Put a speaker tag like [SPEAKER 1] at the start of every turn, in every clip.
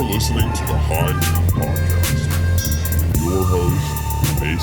[SPEAKER 1] listening to the High Noon Podcast. Your host, Mason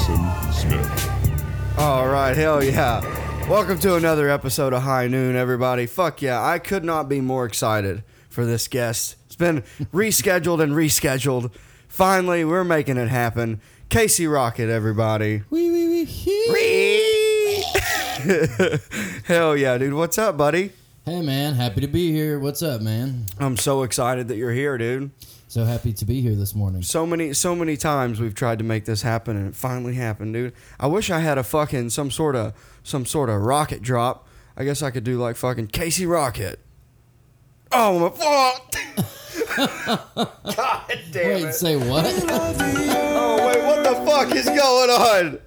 [SPEAKER 1] Smith.
[SPEAKER 2] All right, hell yeah. Welcome to another episode of High Noon, everybody. Fuck yeah, I could not be more excited for this guest. It's been rescheduled and rescheduled. Finally, we're making it happen. Casey Rocket, everybody.
[SPEAKER 3] Wee wee wee. hee.
[SPEAKER 2] hell yeah, dude. What's up, buddy?
[SPEAKER 3] Hey man, happy to be here. What's up, man?
[SPEAKER 2] I'm so excited that you're here, dude.
[SPEAKER 3] So happy to be here this morning.
[SPEAKER 2] So many, so many times we've tried to make this happen, and it finally happened, dude. I wish I had a fucking some sort of some sort of rocket drop. I guess I could do like fucking Casey Rocket. Oh my fuck! God damn
[SPEAKER 3] Wait,
[SPEAKER 2] it!
[SPEAKER 3] say what?
[SPEAKER 2] Oh wait, what the fuck is going on?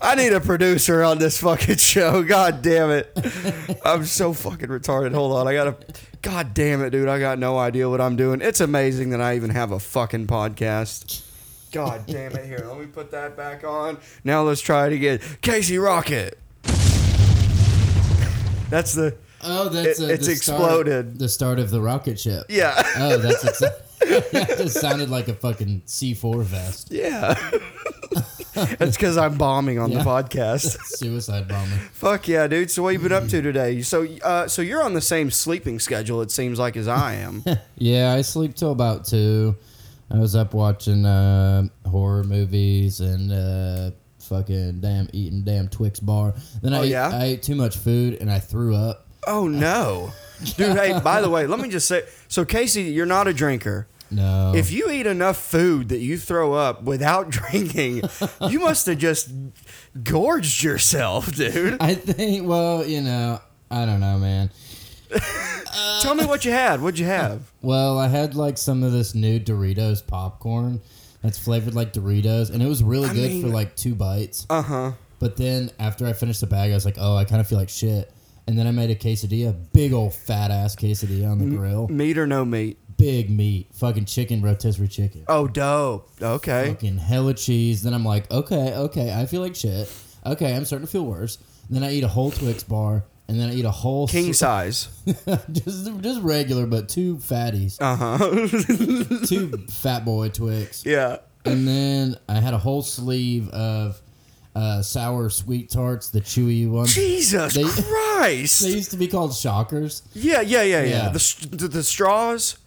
[SPEAKER 2] I need a producer on this fucking show. God damn it! I'm so fucking retarded. Hold on, I gotta. God damn it, dude! I got no idea what I'm doing. It's amazing that I even have a fucking podcast. God damn it! Here, let me put that back on. Now let's try it again. Casey Rocket. That's the
[SPEAKER 3] Oh, that's
[SPEAKER 2] It-
[SPEAKER 3] uh,
[SPEAKER 2] it's
[SPEAKER 3] the
[SPEAKER 2] exploded.
[SPEAKER 3] Start, the start of the rocket ship.
[SPEAKER 2] yeah
[SPEAKER 3] Oh, that's exactly. that just sounded like a fucking C four vest.
[SPEAKER 2] yeah. It's because I'm bombing on the
[SPEAKER 3] Yeah.
[SPEAKER 2] podcast.
[SPEAKER 3] Suicide bomber.
[SPEAKER 2] Fuck yeah, dude! So what you been up to today? So, uh, so you're on the same sleeping schedule it seems like as I am.
[SPEAKER 3] Yeah, I sleep till about two. I was up watching uh, horror movies and uh, fucking damn eating damn Twix bar. Then I
[SPEAKER 2] Oh,
[SPEAKER 3] ate,
[SPEAKER 2] yeah?
[SPEAKER 3] I ate too much food and I threw up.
[SPEAKER 2] oh no, dude! Hey, by the way, let me just say. So Casey, you're not a drinker.
[SPEAKER 3] No.
[SPEAKER 2] If you eat enough food that you throw up without drinking, you must have just gorged yourself, dude.
[SPEAKER 3] I think. Well, you know, I don't know, man.
[SPEAKER 2] Tell me what you had. What'd you have?
[SPEAKER 3] Well, I had like some of this new Doritos popcorn that's flavored like Doritos, and it was really
[SPEAKER 2] I
[SPEAKER 3] good for
[SPEAKER 2] mean-
[SPEAKER 3] like two bites.
[SPEAKER 2] Uh huh.
[SPEAKER 3] But then after I finished the bag, I was like, oh, I kind of feel like shit. And then I made a quesadilla, big old fat ass quesadilla on the
[SPEAKER 2] Mm-hmm.
[SPEAKER 3] grill,
[SPEAKER 2] Meat or no meat?
[SPEAKER 3] big meat, fucking chicken rotisserie chicken,
[SPEAKER 2] Oh, dope. Okay.
[SPEAKER 3] fucking hella cheese. Then I'm like, okay, okay, I feel like shit. Okay, I'm starting to feel worse. Then I eat a whole Twix bar, and then I eat a whole
[SPEAKER 2] King size.
[SPEAKER 3] just just regular, but two fatties,
[SPEAKER 2] Uh huh.
[SPEAKER 3] two fat boy Twix.
[SPEAKER 2] yeah.
[SPEAKER 3] and then I had a whole sleeve of uh, sour sweet tarts, the chewy ones.
[SPEAKER 2] Jesus
[SPEAKER 3] They-
[SPEAKER 2] Christ.
[SPEAKER 3] They used to be called shockers.
[SPEAKER 2] Yeah, yeah, yeah, yeah.
[SPEAKER 3] Yeah.
[SPEAKER 2] The, s- the the straws.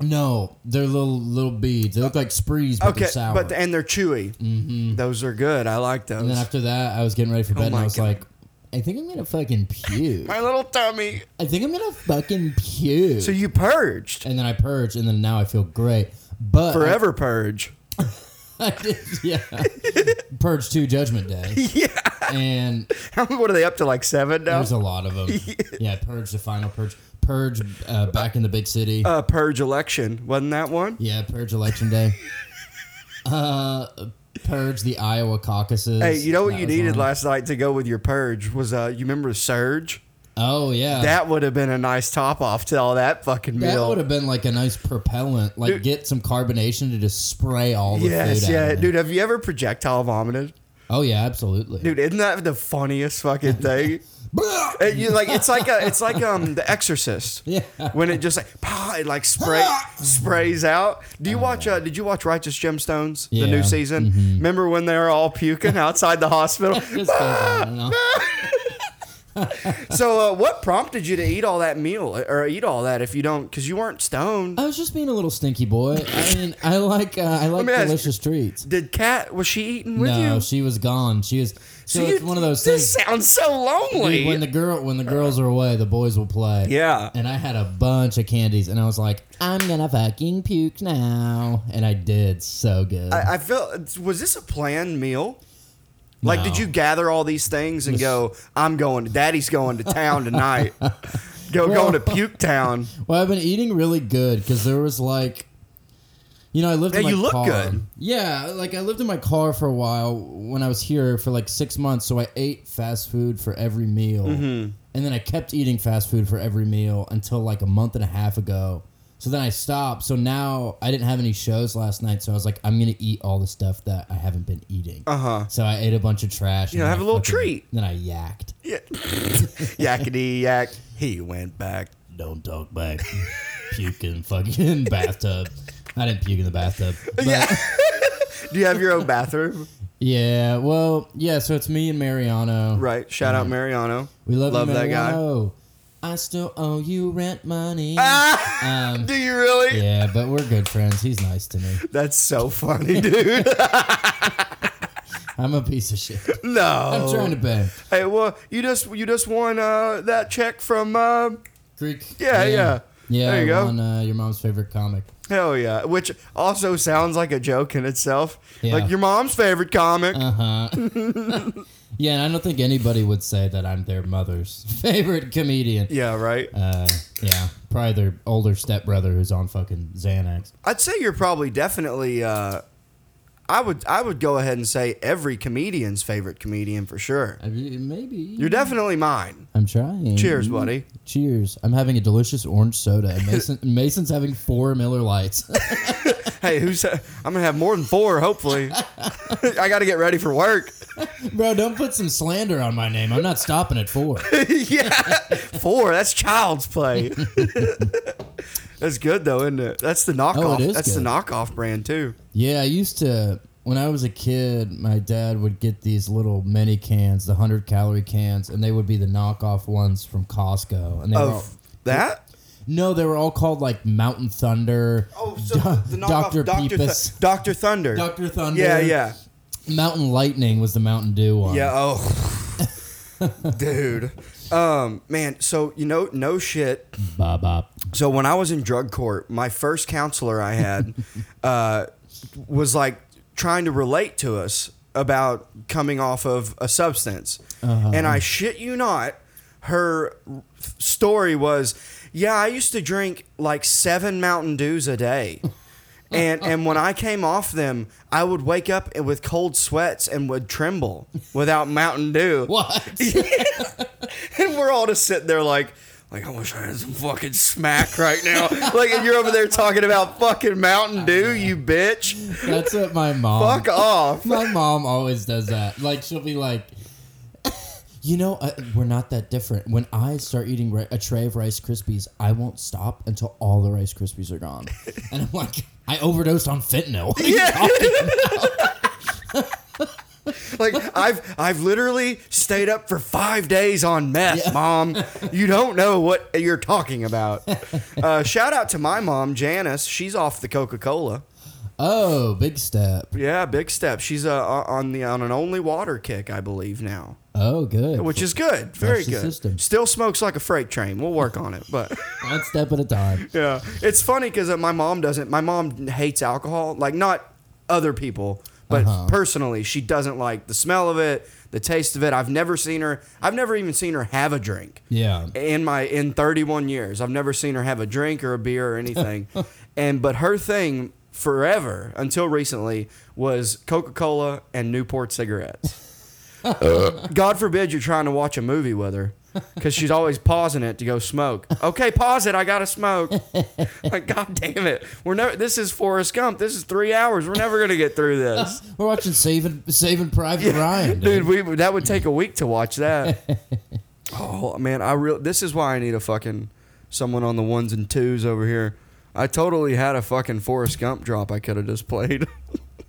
[SPEAKER 3] No, they're little little beads. They look like sprees, but
[SPEAKER 2] Okay,
[SPEAKER 3] they're sour.
[SPEAKER 2] but and they're chewy. Mm-hmm. Those are good. I like
[SPEAKER 3] and
[SPEAKER 2] those.
[SPEAKER 3] then after that, I was getting ready for bed, and
[SPEAKER 2] Oh my
[SPEAKER 3] I was
[SPEAKER 2] God.
[SPEAKER 3] like, I think I'm gonna fucking puke.
[SPEAKER 2] My little tummy.
[SPEAKER 3] I think I'm gonna fucking puke.
[SPEAKER 2] So you purged
[SPEAKER 3] and uh, then I purge, and then now I feel great. But
[SPEAKER 2] forever. Purge.
[SPEAKER 3] I did, yeah. Purge two Judgment Day,
[SPEAKER 2] Yeah.
[SPEAKER 3] and
[SPEAKER 2] How what are they up to? Like seven now.
[SPEAKER 3] there's a lot of them. Yeah, purge the final purge, purge uh, back in the big city.
[SPEAKER 2] Uh, purge election wasn't that one?
[SPEAKER 3] Yeah, purge election day. uh, purge the Iowa caucuses.
[SPEAKER 2] Hey, you know what
[SPEAKER 3] That
[SPEAKER 2] you
[SPEAKER 3] was
[SPEAKER 2] needed
[SPEAKER 3] one.
[SPEAKER 2] last night to go with your purge was uh, you remember Surge?
[SPEAKER 3] Oh yeah, that,
[SPEAKER 2] That would have been a nice top off to all that fucking meal.
[SPEAKER 3] would have been like a nice propellant. Like
[SPEAKER 2] Dude.
[SPEAKER 3] get some carbonation to just spray all the
[SPEAKER 2] yes,
[SPEAKER 3] food. out
[SPEAKER 2] yeah,
[SPEAKER 3] of it.
[SPEAKER 2] dude. Have you ever projectile vomited?
[SPEAKER 3] Oh yeah, absolutely.
[SPEAKER 2] Dude, isn't that the funniest fucking thing? And you like it's like a, it's like um The Exorcist.
[SPEAKER 3] Yeah.
[SPEAKER 2] When it just like pow, it like spray sprays out. Do you watch? Uh, did you watch Righteous Gemstones? The new
[SPEAKER 3] Yeah. Mm-hmm.
[SPEAKER 2] season. Remember when they were all puking outside the hospital?
[SPEAKER 3] Just goes on and on.
[SPEAKER 2] so uh, what prompted you to eat all that meal or eat all that if you don't? Because you weren't stoned.
[SPEAKER 3] I was just being a little stinky boy. I mean, I like uh, I like
[SPEAKER 2] me ask
[SPEAKER 3] delicious treats.
[SPEAKER 2] Did Kat? Was she eating with
[SPEAKER 3] No,
[SPEAKER 2] you?
[SPEAKER 3] she was gone. She was. So
[SPEAKER 2] you-
[SPEAKER 3] it's one of those
[SPEAKER 2] This
[SPEAKER 3] things.
[SPEAKER 2] sounds so lonely.
[SPEAKER 3] Dude, when the girl when the girls are away, the boys will play.
[SPEAKER 2] Yeah.
[SPEAKER 3] And I had a bunch of candies, and I was like, I'm gonna fucking puke now, and I did so good.
[SPEAKER 2] I, I feel was this a planned meal? Like, did
[SPEAKER 3] No.
[SPEAKER 2] you gather all these things and go? I'm going. to Daddy's going to town tonight. go going to puke town.
[SPEAKER 3] well, I've been eating really good because there was like, you know, I lived. in
[SPEAKER 2] Yeah,
[SPEAKER 3] my
[SPEAKER 2] you look
[SPEAKER 3] car.
[SPEAKER 2] good.
[SPEAKER 3] Yeah, like I lived in my car for a while when I was here for like six months, so I ate fast food for every meal,
[SPEAKER 2] Mm-hmm.
[SPEAKER 3] and then I kept eating fast food for every meal until like a month and a half ago. So then I stopped. So now I didn't have any shows last night, so I was like, I'm gonna eat all the stuff that I haven't been eating.
[SPEAKER 2] Uh huh.
[SPEAKER 3] So I ate a bunch of trash.
[SPEAKER 2] You know,
[SPEAKER 3] and
[SPEAKER 2] have
[SPEAKER 3] I
[SPEAKER 2] a little
[SPEAKER 3] fucking-
[SPEAKER 2] treat.
[SPEAKER 3] Then I yacked.
[SPEAKER 2] Yeah. Yakety yak. He went back.
[SPEAKER 3] Don't talk back. Puking fucking bathtub. I didn't puke in the bathtub. But-
[SPEAKER 2] Yeah. Do you have your own bathroom?
[SPEAKER 3] yeah. Well, yeah. So it's me and Mariano.
[SPEAKER 2] Right. Shout
[SPEAKER 3] Mm.
[SPEAKER 2] out Mariano.
[SPEAKER 3] We love,
[SPEAKER 2] Love
[SPEAKER 3] you,
[SPEAKER 2] that guy.
[SPEAKER 3] Mariano. I still owe you rent money.
[SPEAKER 2] Ah,
[SPEAKER 3] Um,
[SPEAKER 2] do you really?
[SPEAKER 3] yeah, but we're good friends. He's nice to me.
[SPEAKER 2] That's so funny, dude.
[SPEAKER 3] I'm a piece of shit.
[SPEAKER 2] no.
[SPEAKER 3] I'm trying to pay.
[SPEAKER 2] Hey, well, you just you just won uh, that check from uh,
[SPEAKER 3] Greek.
[SPEAKER 2] Yeah, yeah.
[SPEAKER 3] Yeah,
[SPEAKER 2] There you
[SPEAKER 3] I
[SPEAKER 2] go.
[SPEAKER 3] won, uh, your mom's favorite comic.
[SPEAKER 2] hell yeah, which also sounds like a joke in itself.
[SPEAKER 3] Yeah.
[SPEAKER 2] Like your mom's favorite comic.
[SPEAKER 3] Uh huh. yeah, and I don't think anybody would say that I'm their mother's favorite comedian.
[SPEAKER 2] yeah, right.
[SPEAKER 3] Uh, yeah, probably their older stepbrother who's on fucking Xanax.
[SPEAKER 2] I'd say you're probably definitely. Uh, I would I would go ahead and say every comedian's favorite comedian for sure.
[SPEAKER 3] I mean, maybe.
[SPEAKER 2] You're definitely mine.
[SPEAKER 3] I'm trying.
[SPEAKER 2] Cheers, buddy.
[SPEAKER 3] Cheers. I'm having a delicious orange soda. And Mason, Mason's having four Miller Lights.
[SPEAKER 2] Hey, who's uh, I'm gonna have more than four. Hopefully, I got to get ready for work.
[SPEAKER 3] Bro, don't put some slander on my name. I'm not stopping at four.
[SPEAKER 2] yeah, four. That's child's play. that's good though, isn't it? That's the knockoff.
[SPEAKER 3] Oh, is
[SPEAKER 2] that's
[SPEAKER 3] good.
[SPEAKER 2] the knockoff brand too.
[SPEAKER 3] Yeah, I used to when I was a kid, my dad would get these little mini cans, the 100 calorie cans, and they would be the knockoff ones from Costco. And they were all,
[SPEAKER 2] Of that.
[SPEAKER 3] No, they were all called like Mountain Thunder,
[SPEAKER 2] Oh,
[SPEAKER 3] Dr. Peepus,
[SPEAKER 2] Doctor Thunder.
[SPEAKER 3] Dr. Thunder.
[SPEAKER 2] Yeah, yeah,
[SPEAKER 3] Mountain Lightning was the Mountain Dew one.
[SPEAKER 2] yeah. Oh, dude, um, man. So you know, no shit.
[SPEAKER 3] Bop, bop.
[SPEAKER 2] So when I was in drug court, my first counselor I had uh, was like trying to relate to us about coming off of a substance, and I shit you not, her story was, yeah, I used to drink like seven Mountain Dews a day. And, and when I came off them, I would wake up with cold sweats and would tremble without Mountain Dew.
[SPEAKER 3] What?
[SPEAKER 2] And we're all just sitting there like, like I wish I had some fucking smack right now. like and you're over there talking about fucking Mountain Dew, you bitch.
[SPEAKER 3] That's what my mom.
[SPEAKER 2] Fuck off.
[SPEAKER 3] My mom always does that. Like she'll be like, you know, uh, we're not that different. When I start eating ri- a tray of Rice Krispies, I won't stop until all the Rice Krispies are gone. And I'm like, I overdosed on fentanyl.
[SPEAKER 2] Yeah. Like I've I've literally stayed up for five days on meth,
[SPEAKER 3] Yeah.
[SPEAKER 2] mom. You don't know what you're talking about. Uh, shout out to my mom, Janice. She's off the Coca Cola.
[SPEAKER 3] oh, big step.
[SPEAKER 2] Yeah, big step. She's uh, on the on an only water kick, I believe now.
[SPEAKER 3] Oh, good.
[SPEAKER 2] which is good, very
[SPEAKER 3] That's the
[SPEAKER 2] good.
[SPEAKER 3] system.
[SPEAKER 2] Still smokes like a freight train. We'll work on it, but
[SPEAKER 3] One step at a time.
[SPEAKER 2] yeah, it's funny because my mom doesn't. My mom hates alcohol, like not other people, but personally, she doesn't like the smell of it, the taste of it. I've never seen her. I've never even seen her have a drink
[SPEAKER 3] Yeah.
[SPEAKER 2] in my in 31 years i've never seen her have a drink or a beer or anything and but her thing forever until recently was coca-cola and newport cigarettes god forbid you're trying to watch a movie with her because she's always pausing it to go smoke okay pause it i gotta smoke like god damn it we're never this is forrest gump this is three hours we're never gonna get through this
[SPEAKER 3] We're watching Saving Saving Private Ryan.
[SPEAKER 2] dude we that would take a week to watch that oh man i real this is why i need a fucking someone on the ones and twos over here i totally had a fucking forrest gump drop i could have just played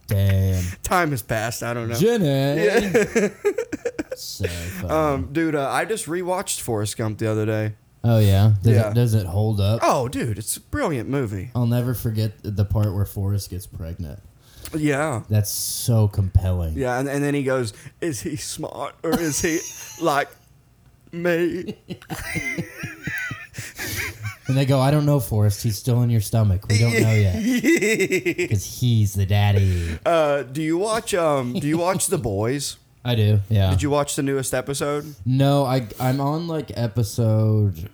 [SPEAKER 3] Damn.
[SPEAKER 2] time has passed i don't know
[SPEAKER 3] Jenny. so funny.
[SPEAKER 2] um dude uh, i just rewatched forrest gump the other day
[SPEAKER 3] oh, yeah. Does,
[SPEAKER 2] yeah.
[SPEAKER 3] It, does it hold up?
[SPEAKER 2] oh dude it's a brilliant movie
[SPEAKER 3] I'll never forget the part where Forrest gets pregnant.
[SPEAKER 2] yeah
[SPEAKER 3] That's so compelling.
[SPEAKER 2] yeah and, and then he goes is he smart or is he like me
[SPEAKER 3] And they go, I don't know, Forrest. He's still in your stomach. We don't know yet because he's the daddy.
[SPEAKER 2] uh, do you watch um do you watch the boys
[SPEAKER 3] I do. Yeah.
[SPEAKER 2] did you watch the newest
[SPEAKER 3] Mm.
[SPEAKER 2] episode
[SPEAKER 3] no, I I'm on like episode.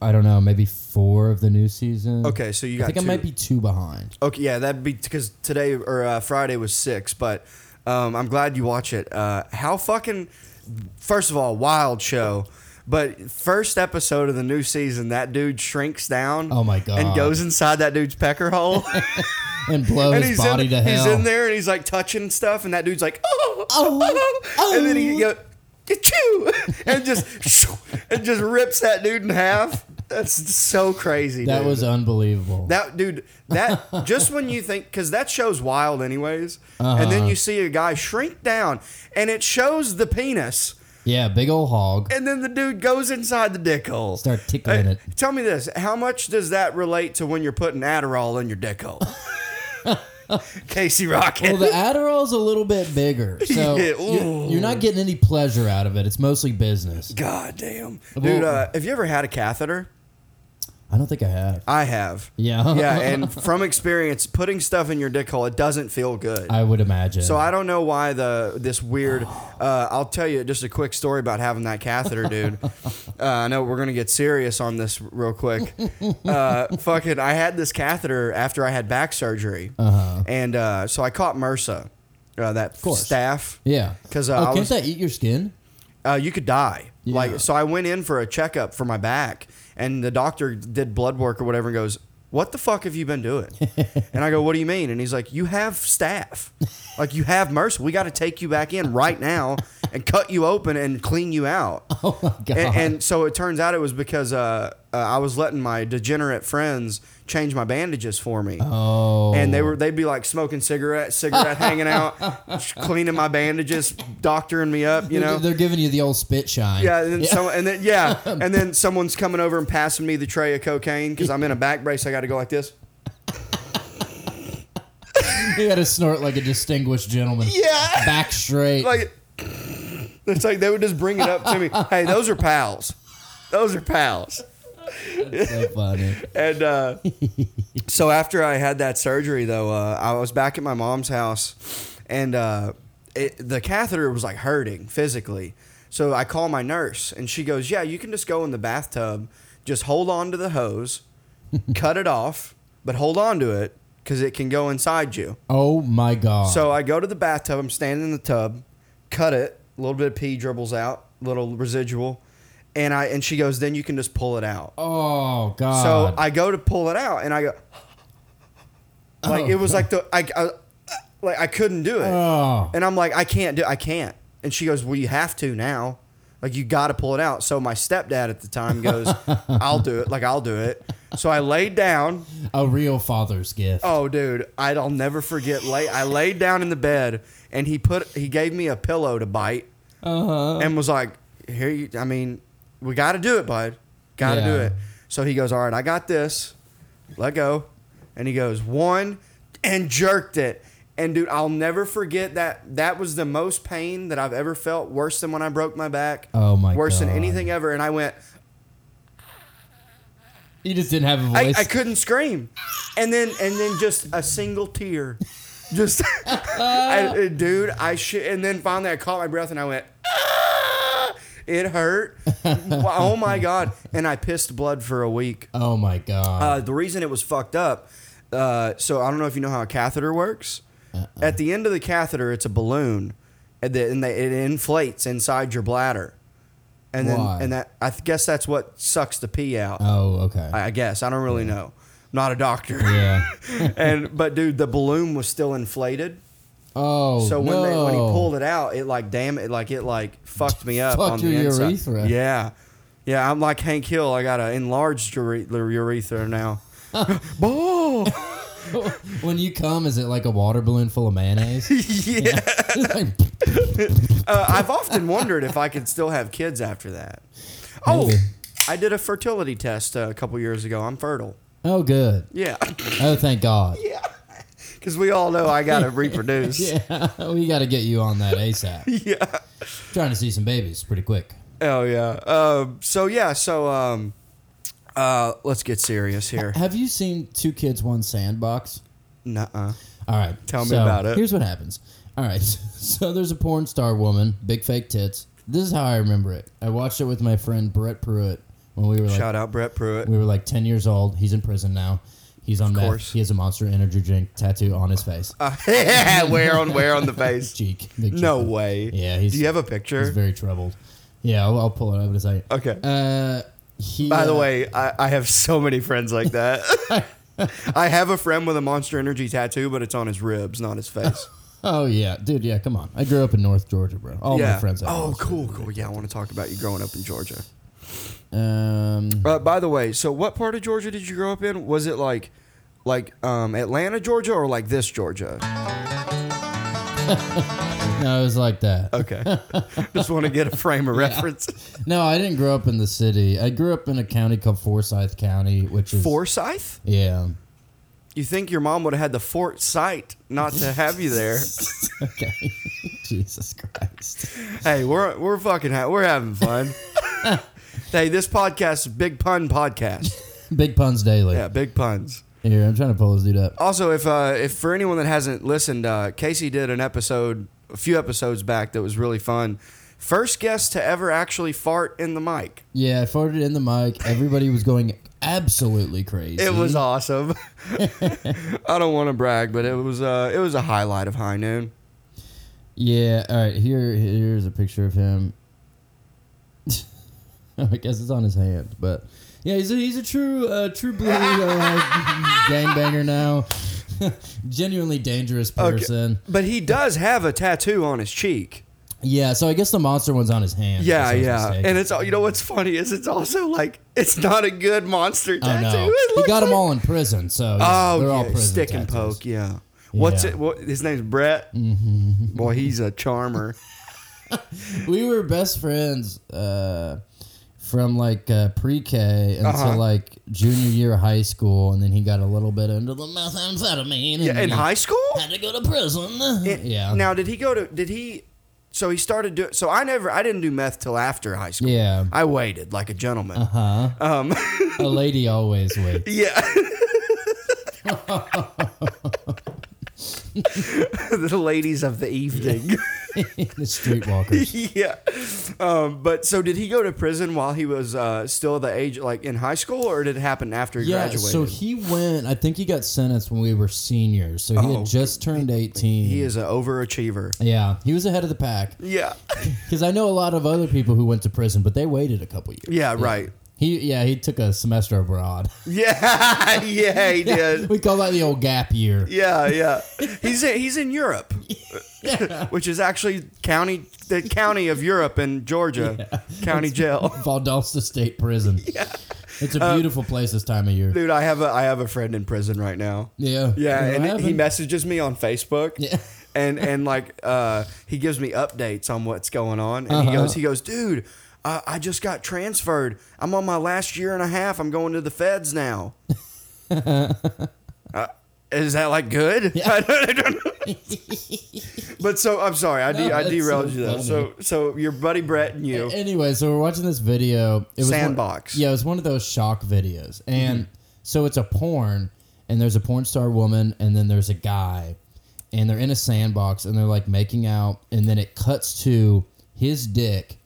[SPEAKER 3] I don't know, maybe four of the new season.
[SPEAKER 2] Okay, so you
[SPEAKER 3] I
[SPEAKER 2] got
[SPEAKER 3] think
[SPEAKER 2] two.
[SPEAKER 3] I might be two behind.
[SPEAKER 2] Okay, yeah, that'd be because today or uh, Friday was six, but um, I'm glad you watch it. Uh, how fucking, first of all, wild show. But first episode of the new season, that dude shrinks down.
[SPEAKER 3] Oh my
[SPEAKER 2] And
[SPEAKER 3] God.
[SPEAKER 2] goes inside that dude's pecker hole,
[SPEAKER 3] And blow
[SPEAKER 2] and
[SPEAKER 3] his
[SPEAKER 2] he's
[SPEAKER 3] body
[SPEAKER 2] in,
[SPEAKER 3] to hell.
[SPEAKER 2] he's in there, and he's like touching stuff, and that dude's like, oh,
[SPEAKER 3] Oh,
[SPEAKER 2] and then he
[SPEAKER 3] oh.
[SPEAKER 2] goes, and just and just rips that dude in half. That's so crazy.
[SPEAKER 3] That
[SPEAKER 2] dude.
[SPEAKER 3] was unbelievable.
[SPEAKER 2] That dude, that just when you think because that show's wild, anyways, and
[SPEAKER 3] Uh-huh.
[SPEAKER 2] then you see a guy shrink down, and it shows the penis,
[SPEAKER 3] yeah, big old hog.
[SPEAKER 2] and then the dude goes inside the dick hole.
[SPEAKER 3] Start tickling
[SPEAKER 2] Hey,
[SPEAKER 3] it.
[SPEAKER 2] Tell me this: How much does that relate to when you're putting Adderall in your dick hole? Casey Rocket.
[SPEAKER 3] Well, the Adderall's a little bit bigger, so
[SPEAKER 2] Yeah,
[SPEAKER 3] you- you're not getting any pleasure out of it. It's mostly business.
[SPEAKER 2] God damn, dude.
[SPEAKER 3] Well-
[SPEAKER 2] Uh, have you ever had a catheter?
[SPEAKER 3] I don't think I have.
[SPEAKER 2] I have.
[SPEAKER 3] Yeah.
[SPEAKER 2] yeah, and from experience, putting stuff in your dick hole it doesn't feel good.
[SPEAKER 3] I would imagine.
[SPEAKER 2] So I don't know why the this weird. Uh, I'll tell you just a quick story about having that catheter, dude. uh, I know we're gonna get serious on this real quick. Uh, fucking, I had this catheter after I had back surgery, and uh, so I caught MRSA, uh, that
[SPEAKER 3] course.
[SPEAKER 2] staff.
[SPEAKER 3] yeah.
[SPEAKER 2] 'Cause, uh,
[SPEAKER 3] oh,
[SPEAKER 2] I
[SPEAKER 3] can't
[SPEAKER 2] was-
[SPEAKER 3] that eat your skin?
[SPEAKER 2] Uh, you could die.
[SPEAKER 3] Yeah.
[SPEAKER 2] Like, so I went in for a checkup for my back, and the doctor did blood work or whatever, and goes. What the fuck have you been doing? and I go, what do you mean? And he's like, you have staff. Like, you have MRSA. We got to take you back in right now and cut you open and clean you out.
[SPEAKER 3] Oh my god.
[SPEAKER 2] And, and so it turns out it was because uh, uh, I was letting my degenerate friends change my bandages for me.
[SPEAKER 3] oh.
[SPEAKER 2] And they were they'd be like smoking cigarettes, cigarette hanging out, cleaning my bandages, doctoring me up, you know.
[SPEAKER 3] they're giving you the old spit shine.
[SPEAKER 2] Yeah, and then some, and then yeah, and then someone's coming over and passing me the tray of cocaine because I'm in a back brace. I got to go like this.
[SPEAKER 3] you got to snort like a distinguished gentleman.
[SPEAKER 2] Yeah.
[SPEAKER 3] Back straight.
[SPEAKER 2] like it's like they would just bring it up to me. Hey, those are pals. Those are pals.
[SPEAKER 3] so funny.
[SPEAKER 2] And uh, so after I had that surgery, though, uh, I was back at my mom's house, and uh, it, the catheter was like hurting physically. So I call my nurse, and she goes, "Yeah, you can just go in the bathtub. Just hold on to the hose, cut it off, but hold on to it because it can go inside you."
[SPEAKER 3] Oh my god.
[SPEAKER 2] So I go to the bathtub. I'm standing in the tub, cut it. A little bit of pee dribbles out, little residual, and I and she goes. Then you can just pull it out.
[SPEAKER 3] oh god.
[SPEAKER 2] So I go to pull it out, and I go. Like it was like the I, I like I couldn't do it,
[SPEAKER 3] Oh.
[SPEAKER 2] and I'm like I can't do I can't. And she goes, "Well, you have to now. Like you got to pull it out." So my stepdad at the time goes, "I'll do it. Like I'll do it." So I laid down.
[SPEAKER 3] a real father's gift.
[SPEAKER 2] Oh, dude, I- I'll never forget. Lay, I laid down in the bed, and he put he gave me a pillow to bite,
[SPEAKER 3] Uh-huh.
[SPEAKER 2] and was like, "Here, you, I mean, we got to do it, bud. Got to do
[SPEAKER 3] Yeah.
[SPEAKER 2] it." So he goes, "All right, I got this. Let go," and he goes one, and jerked it. And dude, I'll never forget that. That was the most pain that I've ever felt. Worse than when I broke my back.
[SPEAKER 3] Oh, my
[SPEAKER 2] Worse than
[SPEAKER 3] God.
[SPEAKER 2] anything ever. And I went,
[SPEAKER 3] You just didn't have a
[SPEAKER 2] I,
[SPEAKER 3] voice.
[SPEAKER 2] I couldn't scream, and then and then just a single tear, just I- uh, dude. I shit, and then finally I caught my breath and I went. "Ah!" It hurt. oh my god! And I pissed blood for a week.
[SPEAKER 3] oh my god.
[SPEAKER 2] Uh, the reason it was fucked up. Uh, so I don't know if you know how a catheter works. At the end of the catheter, it's a balloon, and, the, and they, it inflates inside your bladder, and then
[SPEAKER 3] Why?
[SPEAKER 2] and that I guess that's what sucks the pee out.
[SPEAKER 3] oh okay.
[SPEAKER 2] I I guess I don't really know. I'm not a doctor.
[SPEAKER 3] yeah.
[SPEAKER 2] and but dude, the balloon was still inflated.
[SPEAKER 3] Oh.
[SPEAKER 2] So when
[SPEAKER 3] no.
[SPEAKER 2] they when he pulled it out, it like damn it, like it like fucked me up
[SPEAKER 3] Fucked
[SPEAKER 2] on
[SPEAKER 3] your
[SPEAKER 2] the inside.
[SPEAKER 3] urethra.
[SPEAKER 2] Yeah, yeah. I'm like Hank Hill. I got an enlarged ure- urethra now. Bull.
[SPEAKER 3] when you come, is it like a water balloon full of mayonnaise?
[SPEAKER 2] yeah.
[SPEAKER 3] Like,
[SPEAKER 2] Uh, I've often wondered if I could still have kids after that. Oh,
[SPEAKER 3] Maybe.
[SPEAKER 2] I did a fertility test uh, a couple years ago. I'm fertile.
[SPEAKER 3] oh good.
[SPEAKER 2] Yeah.
[SPEAKER 3] Oh thank God.
[SPEAKER 2] yeah. Because we all know I gotta reproduce.
[SPEAKER 3] Yeah. we got to get you on that ASAP.
[SPEAKER 2] yeah.
[SPEAKER 3] Trying to see some babies pretty quick.
[SPEAKER 2] Oh yeah. Um, so yeah. So um, uh, let's get serious here.
[SPEAKER 3] Have you seen Two Kids One Sandbox?
[SPEAKER 2] Nuh-uh.
[SPEAKER 3] All right.
[SPEAKER 2] Tell me
[SPEAKER 3] so,
[SPEAKER 2] about it.
[SPEAKER 3] Here's what happens. All right. So there's a porn star woman, big fake tits. This is how I remember it. I watched it with my friend Brett Pruitt when we were like
[SPEAKER 2] Shout out Brett Pruitt.
[SPEAKER 3] we were like 10 years old. He's in prison now. He's on meth.
[SPEAKER 2] course.
[SPEAKER 3] He has a monster energy drink tattoo on his face.
[SPEAKER 2] where on where on the face?
[SPEAKER 3] cheek. Big cheek.
[SPEAKER 2] No way.
[SPEAKER 3] Yeah, he's-
[SPEAKER 2] Do you have a
[SPEAKER 3] He's
[SPEAKER 2] picture?
[SPEAKER 3] very troubled. Yeah, I'll, I'll pull it up in a second.
[SPEAKER 2] Okay.
[SPEAKER 3] Uh, he,
[SPEAKER 2] By the
[SPEAKER 3] uh,
[SPEAKER 2] way, I, I have so many friends like that. I have a friend with a Monster Energy tattoo, but it's on his ribs, not his face.
[SPEAKER 3] Oh, yeah. Dude, yeah, come on. I grew up in North Georgia, bro. All
[SPEAKER 2] yeah.
[SPEAKER 3] my friends. have
[SPEAKER 2] oh,
[SPEAKER 3] monster
[SPEAKER 2] cool,
[SPEAKER 3] energy.
[SPEAKER 2] cool. Yeah, I want to talk about you growing up in Georgia.
[SPEAKER 3] Um,
[SPEAKER 2] Uh, by the way, so what part of Georgia did you grow up in? Was it like, like um, Atlanta, Georgia, or like this Georgia?
[SPEAKER 3] no, it was like that.
[SPEAKER 2] Okay, just want to get a frame of reference.
[SPEAKER 3] No, I didn't grow up in the city. I grew up in a county called Forsyth County, which is
[SPEAKER 2] Forsyth?
[SPEAKER 3] Yeah.
[SPEAKER 2] You think your mom would have had the fort sight not to have you there?
[SPEAKER 3] Okay. Jesus Christ.
[SPEAKER 2] hey, we're we're fucking ha- we're having fun. hey, this podcast is big pun podcast.
[SPEAKER 3] Big puns daily.
[SPEAKER 2] Yeah, big puns.
[SPEAKER 3] Here, I'm trying to pull this dude up.
[SPEAKER 2] Also, if uh, if for anyone that hasn't listened, uh, Casey did an episode a few episodes back that was really fun. First guest to ever actually fart in the mic.
[SPEAKER 3] Yeah, I farted in the mic. Everybody was going absolutely crazy.
[SPEAKER 2] It was awesome. I don't want to brag, but it was uh, it was a highlight of high noon.
[SPEAKER 3] Yeah. All right. Here, here's a picture of him. I guess it's on his hand, but yeah, he's a, he's a true uh, true blue uh, gangbanger now. Genuinely dangerous person.
[SPEAKER 2] But he does have a tattoo on his cheek.
[SPEAKER 3] Yeah. So I guess the monster one's on his hand.
[SPEAKER 2] Yeah,
[SPEAKER 3] if I was
[SPEAKER 2] yeah.
[SPEAKER 3] mistaken.
[SPEAKER 2] And it's all you know what's funny is it's also like it's not a good monster
[SPEAKER 3] I
[SPEAKER 2] tattoo.
[SPEAKER 3] know.
[SPEAKER 2] It
[SPEAKER 3] He
[SPEAKER 2] looks
[SPEAKER 3] got them
[SPEAKER 2] like-
[SPEAKER 3] all in prison, so yeah,
[SPEAKER 2] Oh,
[SPEAKER 3] they're
[SPEAKER 2] yeah.
[SPEAKER 3] all prison
[SPEAKER 2] stick and
[SPEAKER 3] tattoos.
[SPEAKER 2] poke. Yeah. What's
[SPEAKER 3] Yeah.
[SPEAKER 2] it?
[SPEAKER 3] Mm-hmm.
[SPEAKER 2] What, his name's Brett. Boy, he's a charmer.
[SPEAKER 3] We were best friends uh, from like uh, pre-K until
[SPEAKER 2] Uh-huh.
[SPEAKER 3] like junior year of high school, and then he got a little bit into the methamphetamine. And
[SPEAKER 2] Yeah, in
[SPEAKER 3] he
[SPEAKER 2] high school.
[SPEAKER 3] had to go to prison. Mm-hmm. yeah.
[SPEAKER 2] Now, did he go to? Did he? So he started doing. So I never. I didn't do meth till after high school.
[SPEAKER 3] yeah. Uh-huh.
[SPEAKER 2] I waited like a gentleman.
[SPEAKER 3] Huh?
[SPEAKER 2] Um.
[SPEAKER 3] A lady always waits.
[SPEAKER 2] Yeah. the ladies of the evening.
[SPEAKER 3] the streetwalkers.
[SPEAKER 2] yeah. Um, but so did he go to prison while he was uh, still the age, like in high school, or did it happen after he
[SPEAKER 3] Yeah,
[SPEAKER 2] graduated?
[SPEAKER 3] so he went. I think he got sentenced when we were seniors. So he
[SPEAKER 2] Oh.
[SPEAKER 3] had just turned eighteen.
[SPEAKER 2] he is an overachiever.
[SPEAKER 3] Yeah, he was ahead of the pack.
[SPEAKER 2] Yeah.
[SPEAKER 3] Because I know a lot of other people who went to prison, but they waited a couple years.
[SPEAKER 2] Yeah, right.
[SPEAKER 3] He yeah, he took a semester abroad.
[SPEAKER 2] Yeah. yeah, he did.
[SPEAKER 3] we call that the old gap year.
[SPEAKER 2] Yeah, yeah. He's in, he's in Europe, which is actually county the county of Europe in Georgia, county jail.
[SPEAKER 3] Valdosta State Prison. It's
[SPEAKER 2] Um,
[SPEAKER 3] a beautiful place this time of year.
[SPEAKER 2] Dude, I have a I have a friend in prison right now.
[SPEAKER 3] Yeah.
[SPEAKER 2] Yeah,
[SPEAKER 3] What
[SPEAKER 2] and he- he
[SPEAKER 3] happened?
[SPEAKER 2] messages me on Facebook.
[SPEAKER 3] Yeah.
[SPEAKER 2] And and like uh, he gives me updates on what's going on, and
[SPEAKER 3] Uh-huh.
[SPEAKER 2] he goes he goes, dude, uh, I just got transferred. I'm on my last year and a half. I'm going to the feds now. Uh, is that like good? I don't- I don't know. but so I'm sorry, I, de-
[SPEAKER 3] No,
[SPEAKER 2] I
[SPEAKER 3] that's
[SPEAKER 2] derailed
[SPEAKER 3] so
[SPEAKER 2] you though.
[SPEAKER 3] funny.
[SPEAKER 2] So so your buddy Brett and you,
[SPEAKER 3] Anyway, so we're watching this video. It was one-
[SPEAKER 2] Sandbox. Mm-hmm.
[SPEAKER 3] yeah, it was one of those shock videos, and so it's a porn, and there's a porn star woman, and then there's a guy, and they're in a sandbox, and they're like making out, and then it cuts to his dick,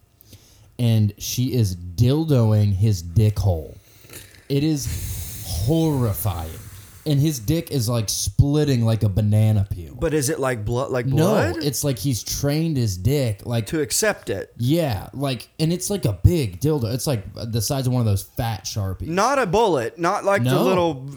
[SPEAKER 3] and she is dildoing his dick hole. It is horrifying, and his dick is like splitting like a banana peel.
[SPEAKER 2] but is it like blood, like
[SPEAKER 3] no,
[SPEAKER 2] blood,
[SPEAKER 3] it's like he's trained his dick like
[SPEAKER 2] to accept it?
[SPEAKER 3] yeah, like, and it's like a big dildo. It's like the size of one of those fat sharpies.
[SPEAKER 2] Not a bullet, not like the
[SPEAKER 3] No.
[SPEAKER 2] little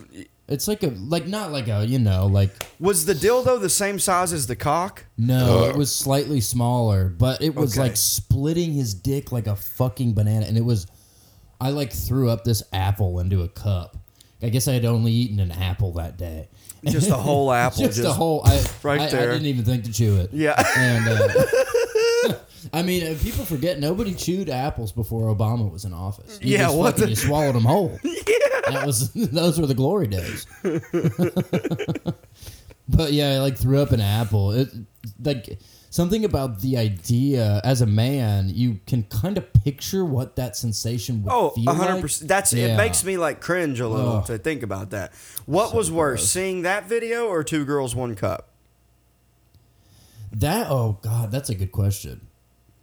[SPEAKER 3] It's like a, like not like a, you know, like
[SPEAKER 2] Was the dildo the same size as the cock?
[SPEAKER 3] no, it was slightly smaller, but it was
[SPEAKER 2] Uh. Okay.
[SPEAKER 3] like splitting his dick like a fucking banana, and it was, I like threw up this apple into a cup. I guess I had only eaten an apple that day.
[SPEAKER 2] Just a whole apple.
[SPEAKER 3] just, a whole, I,
[SPEAKER 2] right
[SPEAKER 3] I, I
[SPEAKER 2] there.
[SPEAKER 3] didn't even think to chew it.
[SPEAKER 2] Yeah.
[SPEAKER 3] and. Uh, I mean, uh, people forget nobody chewed apples before Obama was in office. You
[SPEAKER 2] Yeah,
[SPEAKER 3] just
[SPEAKER 2] what
[SPEAKER 3] fucking
[SPEAKER 2] the-
[SPEAKER 3] just swallowed them whole. that was those were the glory days. but yeah, I like threw up an apple. It like something about the idea as a man, you can kind of picture what that sensation would
[SPEAKER 2] Oh,
[SPEAKER 3] feel like.
[SPEAKER 2] 100%. That's it
[SPEAKER 3] Yeah.
[SPEAKER 2] makes me like cringe a little
[SPEAKER 3] Ugh.
[SPEAKER 2] to think about that. What was worse, seeing that video or two girls one cup?
[SPEAKER 3] that. Oh God, that's a good question.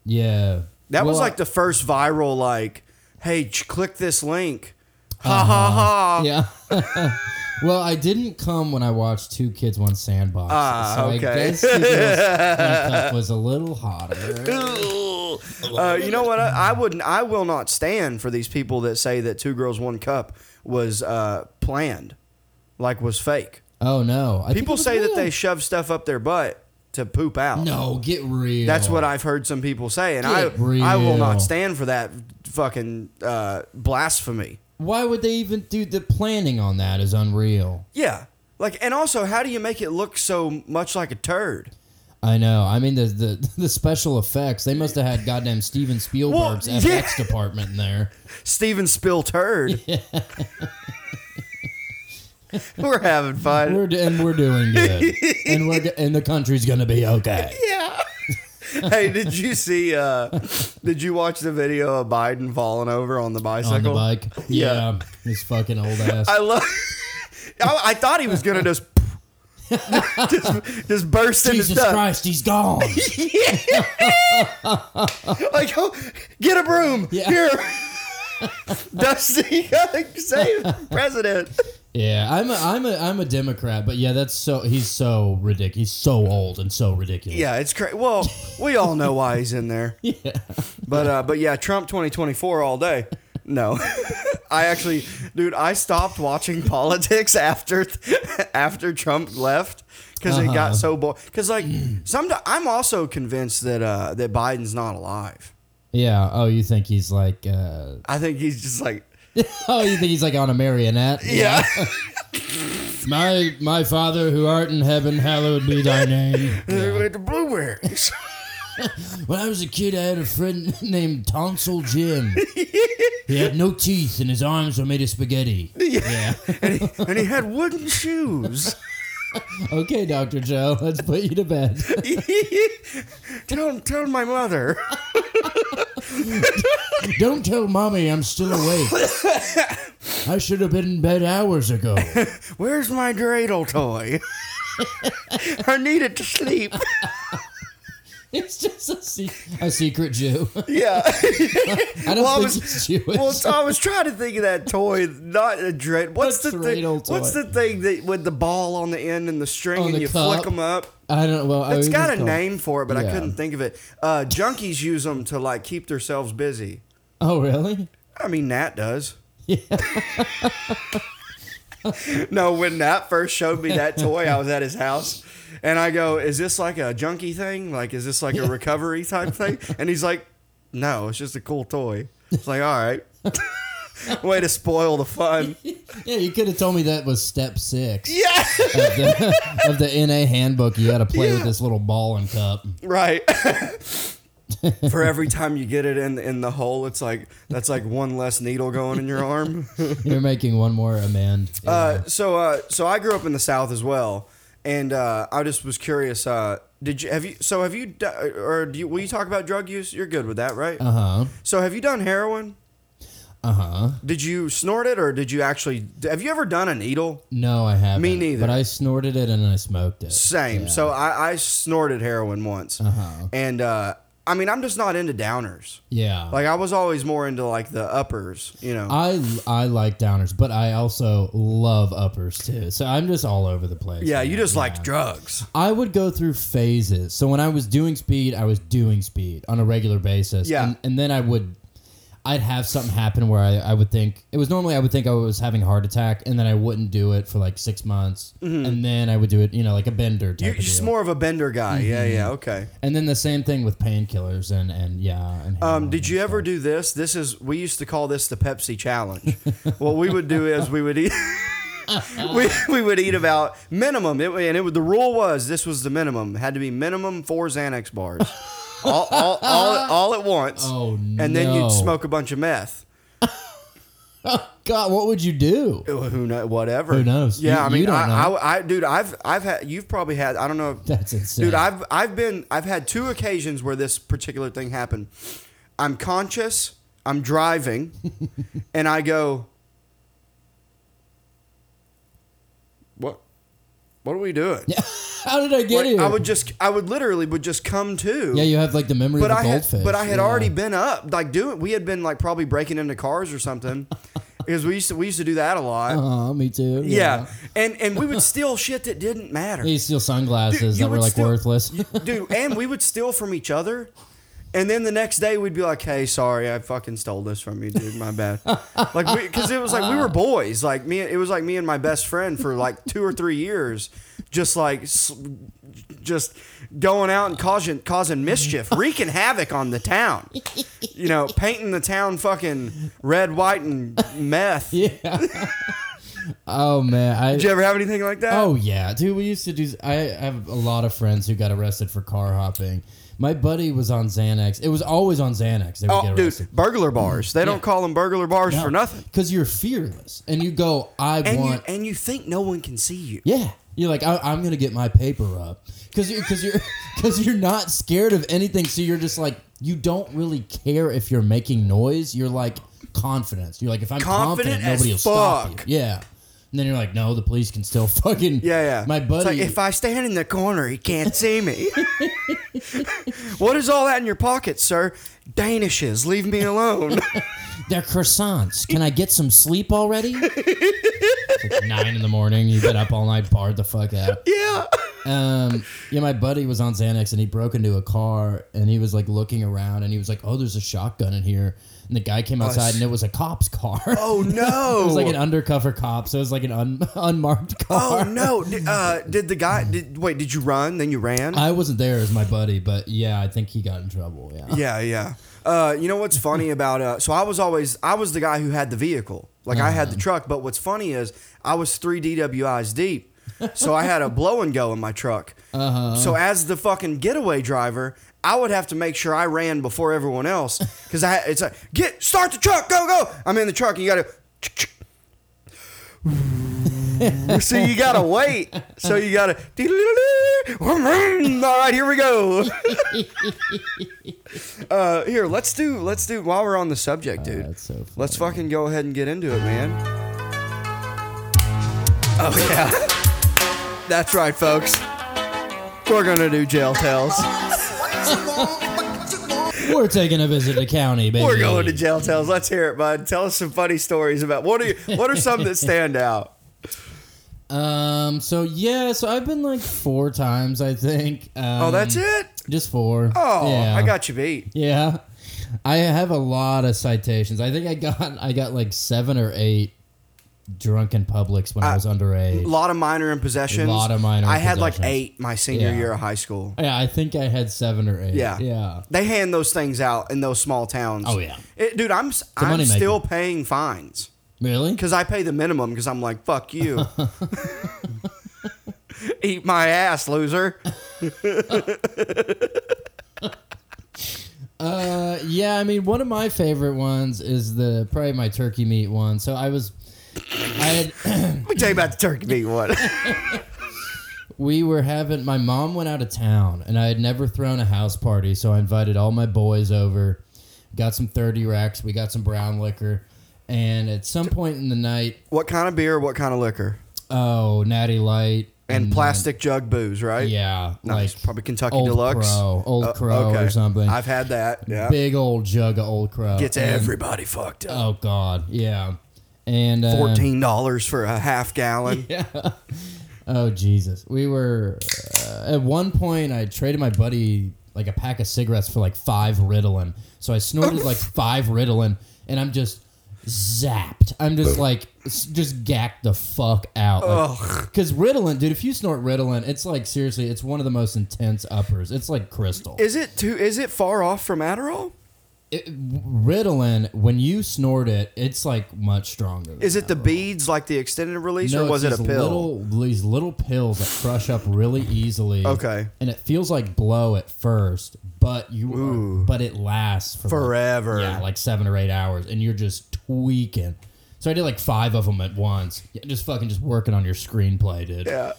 [SPEAKER 3] Yeah,
[SPEAKER 2] That was
[SPEAKER 3] Well,
[SPEAKER 2] like the first viral like, "Hey, ch- click this link." Ha ha ha.
[SPEAKER 3] Yeah. well, I didn't come when I watched Two Kids One Sandbox.
[SPEAKER 2] Ah,
[SPEAKER 3] so
[SPEAKER 2] okay.
[SPEAKER 3] I guess Two Girls, One Cup was a little hotter.
[SPEAKER 2] Ugh. Uh, you know what? I, I wouldn't. I will not stand for these people that say that two girls one cup was uh, planned, like was fake.
[SPEAKER 3] Oh no. I think it
[SPEAKER 2] People
[SPEAKER 3] was
[SPEAKER 2] say that
[SPEAKER 3] real.
[SPEAKER 2] they shove stuff up their butt to poop out.
[SPEAKER 3] No, get real.
[SPEAKER 2] That's what I've heard some people say, and I
[SPEAKER 3] Get real.
[SPEAKER 2] I will not stand for that fucking uh, blasphemy.
[SPEAKER 3] Why would they even do the planning on that? Is unreal.
[SPEAKER 2] Yeah, like, and also, how do you make it look so much like a turd?
[SPEAKER 3] I know. I mean, the the, the special effects. They must have had goddamn Steven Spielberg's
[SPEAKER 2] Well, yeah.
[SPEAKER 3] FX department in there.
[SPEAKER 2] Steven Spill turd. We're having fun.
[SPEAKER 3] We're do- and we're doing good, and we're do- and the country's gonna be okay.
[SPEAKER 2] yeah. hey, did you see? Uh, did you watch the video of Biden falling over on the bicycle?
[SPEAKER 3] On the bike,
[SPEAKER 2] Yeah.
[SPEAKER 3] yeah, this fucking old ass.
[SPEAKER 2] I love. I, I thought he was gonna just just, just burst into
[SPEAKER 3] Jesus
[SPEAKER 2] stuff.
[SPEAKER 3] Christ, he's gone.
[SPEAKER 2] Like, oh, get a broom
[SPEAKER 3] Yeah.
[SPEAKER 2] here. Dusty, save the president.
[SPEAKER 3] yeah, I'm a, I'm a I'm a Democrat, but yeah, that's so he's so ridiculous. He's so old and so ridiculous.
[SPEAKER 2] Yeah, it's crazy. Well, we all know why he's in there. Yeah. But uh, but yeah, Trump 2024 all day. No. I actually dude, I stopped watching politics after after Trump left cuz it got so boring. Cuz like some I'm also convinced that uh that Biden's not alive.
[SPEAKER 3] Yeah. Oh, you think he's like? Uh,
[SPEAKER 2] I think he's just like
[SPEAKER 3] oh, you think he's like on a marionette?
[SPEAKER 2] yeah.
[SPEAKER 3] My my father who art in heaven, hallowed be thy name.
[SPEAKER 2] With the blueberries.
[SPEAKER 3] When I was a kid, I had a friend named Tonsil Jim. He had no teeth, and his arms were made of spaghetti. Yeah.
[SPEAKER 2] and, he, and he had wooden shoes.
[SPEAKER 3] Okay, Doctor Joe, let's put you to bed.
[SPEAKER 2] tell tell my mother.
[SPEAKER 3] Don't tell mommy I'm still awake. I should have been in bed hours ago.
[SPEAKER 2] Where's my dreidel toy? I needed to sleep.
[SPEAKER 3] It's just a, se- a secret Jew.
[SPEAKER 2] Yeah.
[SPEAKER 3] I don't
[SPEAKER 2] Well, I
[SPEAKER 3] think
[SPEAKER 2] was-
[SPEAKER 3] he's Jewish.
[SPEAKER 2] well, so I was trying to think of that toy, not a dreidel. What's
[SPEAKER 3] A
[SPEAKER 2] the thing?
[SPEAKER 3] dreidel
[SPEAKER 2] What's
[SPEAKER 3] toy.
[SPEAKER 2] the thing that with the ball on the end and the string
[SPEAKER 3] On
[SPEAKER 2] and
[SPEAKER 3] the
[SPEAKER 2] you
[SPEAKER 3] cup.
[SPEAKER 2] flick them up?
[SPEAKER 3] I don't. Well,
[SPEAKER 2] It's
[SPEAKER 3] I
[SPEAKER 2] got a
[SPEAKER 3] it's called-
[SPEAKER 2] name for it, but I
[SPEAKER 3] Yeah.
[SPEAKER 2] couldn't think of it. Uh, junkies use them to like keep themselves busy.
[SPEAKER 3] Oh, really?
[SPEAKER 2] I mean, Nat does. Yeah. no, when Nat first showed me that toy, I was at his house. And I go, is this like a junkie thing? Like, is this like a recovery type thing? And he's like, no, it's just a cool toy. It's like, all right. Way to spoil the fun.
[SPEAKER 3] Yeah, you could have told me that was step six.
[SPEAKER 2] Yeah.
[SPEAKER 3] of the, of the NA handbook, you got to play
[SPEAKER 2] Yeah.
[SPEAKER 3] with this little ball and cup.
[SPEAKER 2] Right. For every time you get it in in the hole, it's like that's like one less needle going in your arm.
[SPEAKER 3] You're making one more amend.
[SPEAKER 2] Uh, so uh, so I grew up in the South as well, and uh, I just was curious. Uh, did you have you so have you do- or do you, will you talk about drug use? You're good with that, right?
[SPEAKER 3] uh huh.
[SPEAKER 2] So have you done heroin?
[SPEAKER 3] Uh huh.
[SPEAKER 2] Did you snort it or did you actually? Have you ever done a needle?
[SPEAKER 3] No, I haven't.
[SPEAKER 2] Me neither.
[SPEAKER 3] But I snorted it and I smoked it.
[SPEAKER 2] Same. So I, I snorted heroin once,
[SPEAKER 3] Uh-huh.
[SPEAKER 2] and uh, I mean I'm just not into downers.
[SPEAKER 3] Yeah.
[SPEAKER 2] Like I was always more into like the uppers, you know.
[SPEAKER 3] I I like downers, but I also love uppers too. So I'm just all over the place.
[SPEAKER 2] yeah,
[SPEAKER 3] man.
[SPEAKER 2] you just like drugs.
[SPEAKER 3] I would go through phases. So when I was doing speed, I was doing speed on a regular basis.
[SPEAKER 2] Yeah.
[SPEAKER 3] And, and then I would, I'd have something happen where I, I would think it was normally I would think I was having a heart attack, and then I wouldn't do it for like six months,
[SPEAKER 2] Mm-hmm.
[SPEAKER 3] and then I would do it, you know, like a bender type
[SPEAKER 2] You're
[SPEAKER 3] of
[SPEAKER 2] just
[SPEAKER 3] deal.
[SPEAKER 2] more of a bender guy. Yeah,
[SPEAKER 3] Mm-hmm.
[SPEAKER 2] yeah, okay.
[SPEAKER 3] and then the same thing with painkillers and and yeah. And
[SPEAKER 2] Um,
[SPEAKER 3] heroin.
[SPEAKER 2] did you ever do this? This is we used to call this the Pepsi challenge. what we would do is we would eat. we, we would eat about minimum it, and it would, the rule was this was the minimum had to be minimum four Xanax bars all, all, all, all at once
[SPEAKER 3] Oh,
[SPEAKER 2] and then
[SPEAKER 3] no.
[SPEAKER 2] you'd smoke a bunch of meth
[SPEAKER 3] Oh, God, what would you do?
[SPEAKER 2] Well, who know whatever
[SPEAKER 3] Who knows?
[SPEAKER 2] yeah
[SPEAKER 3] You-
[SPEAKER 2] I
[SPEAKER 3] you
[SPEAKER 2] mean
[SPEAKER 3] don't
[SPEAKER 2] I,
[SPEAKER 3] know.
[SPEAKER 2] I, I dude I've I've had you've probably had I don't know if-
[SPEAKER 3] That's insane.
[SPEAKER 2] Dude, I've I've been I've had two occasions where this particular thing happened. I'm conscious, I'm driving, and I go What what are we doing?
[SPEAKER 3] How did I get
[SPEAKER 2] Like,
[SPEAKER 3] here?
[SPEAKER 2] I would just I would literally would just come to.
[SPEAKER 3] yeah, you have like the memory
[SPEAKER 2] but
[SPEAKER 3] of a
[SPEAKER 2] I had,
[SPEAKER 3] goldfish.
[SPEAKER 2] but I had
[SPEAKER 3] Yeah.
[SPEAKER 2] already been up like doing we had been like probably breaking into cars or something. because we used to we used to do that a lot.
[SPEAKER 3] Uh-huh, me too.
[SPEAKER 2] Yeah. And and we would steal shit that didn't matter.
[SPEAKER 3] They steal sunglasses
[SPEAKER 2] you
[SPEAKER 3] that were
[SPEAKER 2] would
[SPEAKER 3] like
[SPEAKER 2] steal-
[SPEAKER 3] worthless.
[SPEAKER 2] dude. And we would steal from each other, and then the next day we'd be like, "Hey, sorry, I fucking stole this from you, dude. My bad." Like, because it was like we were boys. Like me, it was like me and my best friend for like two or three years, just like s- just going out and causing causing mischief, wreaking havoc on the town. You know, painting the town fucking red, white, and meth.
[SPEAKER 3] Oh man, I
[SPEAKER 2] Did you ever have anything like that?
[SPEAKER 3] Oh yeah, dude. We used to do. I have a lot of friends who got arrested for car hopping. My buddy was on Xanax. It was always on Xanax. They would
[SPEAKER 2] Oh,
[SPEAKER 3] get
[SPEAKER 2] dude,
[SPEAKER 3] arrested.
[SPEAKER 2] burglar bars. They don't call them burglar bars for nothing.
[SPEAKER 3] Because you're fearless and you go, I
[SPEAKER 2] And you
[SPEAKER 3] want.
[SPEAKER 2] and you think no one can see you.
[SPEAKER 3] yeah, you're like, I, I'm gonna get my paper up. Because you're because you're because you're not scared of anything. So you're just like, you don't really care if you're making noise. You're like confidence. You're like, if I'm confident,
[SPEAKER 2] Confident as
[SPEAKER 3] nobody will stop
[SPEAKER 2] fuck.
[SPEAKER 3] you. Yeah. And then you're like, no, the police can still fucking.
[SPEAKER 2] Yeah, yeah.
[SPEAKER 3] My
[SPEAKER 2] It's
[SPEAKER 3] buddy.
[SPEAKER 2] like, if I stand in the corner, he can't see me. what is all that in your pocket, sir? Danishes. Leave me alone.
[SPEAKER 3] They're croissants. Can I get some sleep already? it's like nine in the morning. You've been up all night, barred the fuck out.
[SPEAKER 2] yeah.
[SPEAKER 3] Um, yeah, my buddy was on Xanax and he broke into a car and he was like looking around and he was like, "Oh, there's a shotgun in here." And the guy came outside and it was a cop's car.
[SPEAKER 2] Oh no.
[SPEAKER 3] it was like an undercover cop, so it was like an un- unmarked
[SPEAKER 2] oh
[SPEAKER 3] car.
[SPEAKER 2] no. Did, uh, did the guy? Did wait? Did you run? Then you ran?
[SPEAKER 3] I wasn't there as my buddy, but yeah, I think he got in trouble. Yeah.
[SPEAKER 2] yeah, yeah. Uh, you know what's funny about uh, so I was always I was the guy who had the vehicle. Like I had the truck, but what's funny is I was three DWIs deep. So I had a blow and go in my truck. Uh-huh. So as the fucking getaway driver, I would have to make sure I ran before everyone else because I it's like get start the truck, go go. I'm in the truck and you gotta. so you gotta wait. So you gotta. All right, here we go. Uh, here, let's do let's do while we're on the subject, dude.
[SPEAKER 3] that's so funny.
[SPEAKER 2] let's fucking go ahead and get into it, man. Oh yeah, that's right, folks. We're gonna do jail tales.
[SPEAKER 3] We're taking a visit to county, baby.
[SPEAKER 2] We're going to jail tales. Let's hear it, bud. Tell us some funny stories about what are you, what are some that stand out?
[SPEAKER 3] Um. So yeah. So I've been like four times, I think. Um,
[SPEAKER 2] Oh, that's it.
[SPEAKER 3] Just four.
[SPEAKER 2] Oh,
[SPEAKER 3] yeah.
[SPEAKER 2] I got you beat.
[SPEAKER 3] Yeah, I have a lot of citations. I think I got I got like seven or eight drunken publics when I, was
[SPEAKER 2] A
[SPEAKER 3] underage.
[SPEAKER 2] lot of minor in possessions.
[SPEAKER 3] Lot of minor in
[SPEAKER 2] I had like
[SPEAKER 3] possessions.
[SPEAKER 2] eight my senior
[SPEAKER 3] Yeah.
[SPEAKER 2] year of high school.
[SPEAKER 3] yeah, I think I had seven or eight.
[SPEAKER 2] Yeah.
[SPEAKER 3] Yeah.
[SPEAKER 2] They hand those things out in those small towns.
[SPEAKER 3] Oh, yeah.
[SPEAKER 2] It- dude, I'm s-
[SPEAKER 3] money
[SPEAKER 2] I'm
[SPEAKER 3] maker.
[SPEAKER 2] still paying fines
[SPEAKER 3] Really?
[SPEAKER 2] because I pay the minimum because I'm like fuck you. Eat my ass, loser.
[SPEAKER 3] Uh, yeah, I mean, one of my favorite ones is the probably my turkey meat one. So I was, I had,
[SPEAKER 2] Let me tell you about the turkey meat one.
[SPEAKER 3] we were having my mom went out of town and i had never thrown a house party so i invited all my boys over got some 30 racks we got some brown liquor and at some point in the night
[SPEAKER 2] what kind of beer? What kind of liquor?
[SPEAKER 3] oh natty light uh,
[SPEAKER 2] And plastic jug booze, right?
[SPEAKER 3] Mm-hmm. yeah
[SPEAKER 2] Nice.
[SPEAKER 3] like
[SPEAKER 2] Probably Kentucky
[SPEAKER 3] old
[SPEAKER 2] Deluxe.
[SPEAKER 3] crow, old
[SPEAKER 2] Uh,
[SPEAKER 3] crow or something
[SPEAKER 2] I've had that. Yeah.
[SPEAKER 3] big old jug of old crow
[SPEAKER 2] Gets
[SPEAKER 3] And-
[SPEAKER 2] everybody fucked up.
[SPEAKER 3] oh god yeah and uh,
[SPEAKER 2] Fourteen dollars for a half gallon.
[SPEAKER 3] Oh Jesus! We were uh, at one point. I traded my buddy like a pack of cigarettes for like five Ritalin. So I snorted like five Ritalin, and I'm just zapped. I'm just like s- just gacked the fuck out. Because Ritalin, dude, if you snort Ritalin, it's like seriously, it's one of the most intense uppers. It's like crystal.
[SPEAKER 2] Is it too? Is it far off from Adderall?
[SPEAKER 3] It- Ritalin, when you snort it, it's like much stronger. than
[SPEAKER 2] Is it the
[SPEAKER 3] that.
[SPEAKER 2] beads like the extended release,
[SPEAKER 3] No,
[SPEAKER 2] or was it
[SPEAKER 3] it's
[SPEAKER 2] a
[SPEAKER 3] these
[SPEAKER 2] pill?
[SPEAKER 3] Little, these little pills that crush up really easily.
[SPEAKER 2] Okay.
[SPEAKER 3] And it feels like blow at first, but you but it lasts for like-
[SPEAKER 2] Forever.
[SPEAKER 3] yeah, like seven or eight hours, and you're just tweaking. So I did like five of them at once. Yeah, just fucking just working on your screenplay, dude.
[SPEAKER 2] yeah.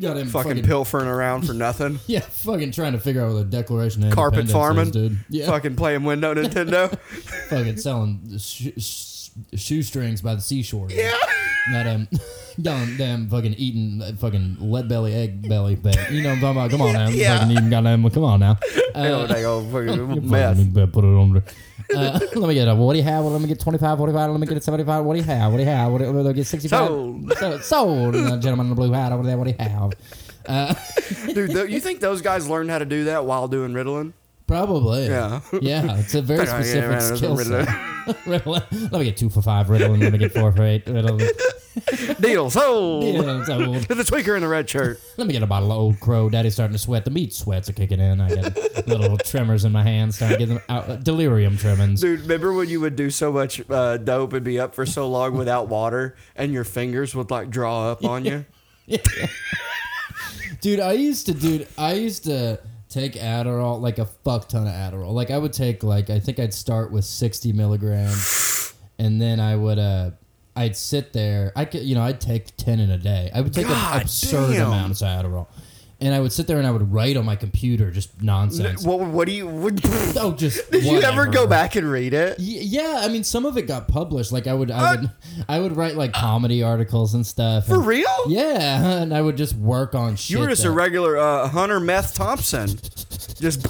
[SPEAKER 3] Got him
[SPEAKER 2] Fucking, pilfering around for nothing.
[SPEAKER 3] Yeah, fucking trying to figure out what the Declaration of
[SPEAKER 2] Carpet
[SPEAKER 3] Independence
[SPEAKER 2] farming.
[SPEAKER 3] is, dude. Yeah,
[SPEAKER 2] Fucking playing window Nintendo.
[SPEAKER 3] fucking selling sh- sh- shoestrings by the seashore. dude. Not um, damn, damn, fucking eating that fucking lead belly, egg belly, but you know what I'm talking about. Come on now,
[SPEAKER 2] Yeah.
[SPEAKER 3] fucking eating goddamn. Come on now,
[SPEAKER 2] They don't take all fucking
[SPEAKER 3] Fucking
[SPEAKER 2] meth.
[SPEAKER 3] you better put it on. there. Uh, let me get a. What do you have? Well, let me get 25, 45, let me get 75. What do you have? What do you have? What do you, let me get 65?
[SPEAKER 2] Sold.
[SPEAKER 3] So, sold. Uh, gentleman in the blue hat over there. What do you have?
[SPEAKER 2] Dude, th- you think those guys learned how to do that while doing Ritalin?
[SPEAKER 3] Probably.
[SPEAKER 2] Yeah.
[SPEAKER 3] Yeah. It's a very
[SPEAKER 2] Yeah, yeah,
[SPEAKER 3] specific
[SPEAKER 2] yeah,
[SPEAKER 3] skill
[SPEAKER 2] Ritalin.
[SPEAKER 3] set. Ritalin. Let me get two for five Ritalin. Let me get four for eight Ritalin.
[SPEAKER 2] Needles. Oh,
[SPEAKER 3] Yeah, it's old.
[SPEAKER 2] to the tweaker in the red shirt.
[SPEAKER 3] Let me get a bottle of Old Crow. Daddy's starting to sweat. The meat sweats are kicking in. I got little tremors in my hands. Starting to get them out. Uh, Delirium tremens.
[SPEAKER 2] Dude, remember when you would do so much uh, dope and be up for so long without water, and your fingers would like draw up on you?
[SPEAKER 3] Dude, I used to, dude, I used to take Adderall, like a fuck ton of Adderall. Like, I would take, like, I think I'd start with 60 milligrams, and then I would, uh, I'd sit there. I could, you know, I'd take 10 in a day. I would take
[SPEAKER 2] God
[SPEAKER 3] an absurd
[SPEAKER 2] damn.
[SPEAKER 3] amount of Adderall. And I would sit there and I would write on my computer just nonsense.
[SPEAKER 2] What? What do you? What, did
[SPEAKER 3] oh, just.
[SPEAKER 2] you ever go
[SPEAKER 3] whatever.
[SPEAKER 2] back and read it?
[SPEAKER 3] Y- Yeah, I mean, some of it got published. Like I would, I would, I would write like comedy articles and stuff.
[SPEAKER 2] For
[SPEAKER 3] and-
[SPEAKER 2] real?
[SPEAKER 3] Yeah, and I would just work on shit.
[SPEAKER 2] You were just a
[SPEAKER 3] that-
[SPEAKER 2] regular uh, Hunter Meth Thompson. Just